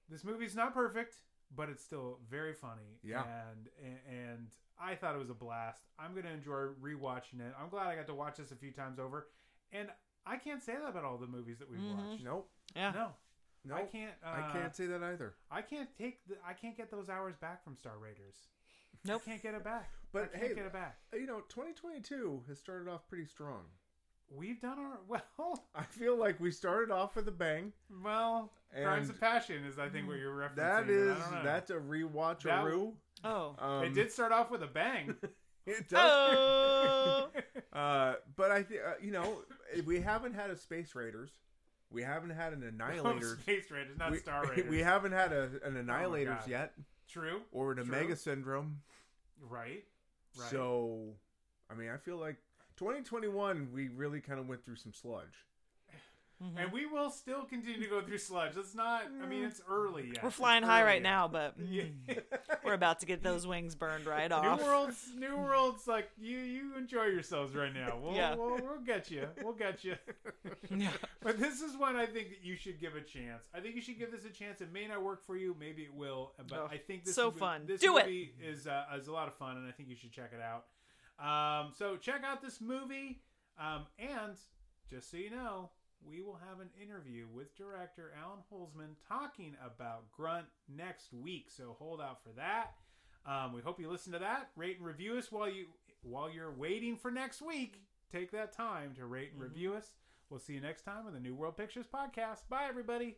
This movie's not perfect, but it's still very funny. Yeah. And and I thought it was a blast. I'm gonna enjoy rewatching it. I'm glad I got to watch this a few times over, and I can't say that about all the movies that we've watched. nope. Yeah. No. No, I can't. Uh, I can't say that either. I can't take the, I can't get those hours back from Star Raiders. Nope. I can't get it back. But I can't hey, get it back. You know, 2022 has started off pretty strong. We've done our well. I feel like we started off with a bang. Well, Crimes And- of Passion is I think what you're referencing. That but I is don't know. that's a rewatcheroo. Oh. uh, Um, it did start off with a bang. It does. Oh. Uh, but I think uh, you know we haven't had a Space Raiders. We haven't had an Annihilator. Space Raiders, not we, Star Raiders. Oh we haven't had a, an Annihilators God. yet, true or an true. Omega Syndrome. Right. Right. So, I mean, I feel like 2021 we really kind of went through some sludge. Mm-hmm. and we will still continue to go through sludge. Let's not. I mean, Mm. it's early yet. We're flying high right now, but mm, we're about to get those wings burned right off. New World's New World's like you. You enjoy yourselves right now. We'll, Yeah. we'll, we'll get you. We'll get you. But this is one I think that you should give a chance. I think you should give this a chance. It may not work for you, maybe it will. But Oh, I think this so movie- fun. This Do it. movie is uh, is a lot of fun, and I think you should check it out. Um, so check out this movie, um, and just so you know, we will have an interview with director Alan Holzman talking about Grunt next week. So hold out for that. Um, we hope you listen to that. Rate and review us while you while you're waiting for next week. Mm-hmm. Take that time to rate and review us. We'll see you next time on the New World Pictures podcast. Bye, everybody.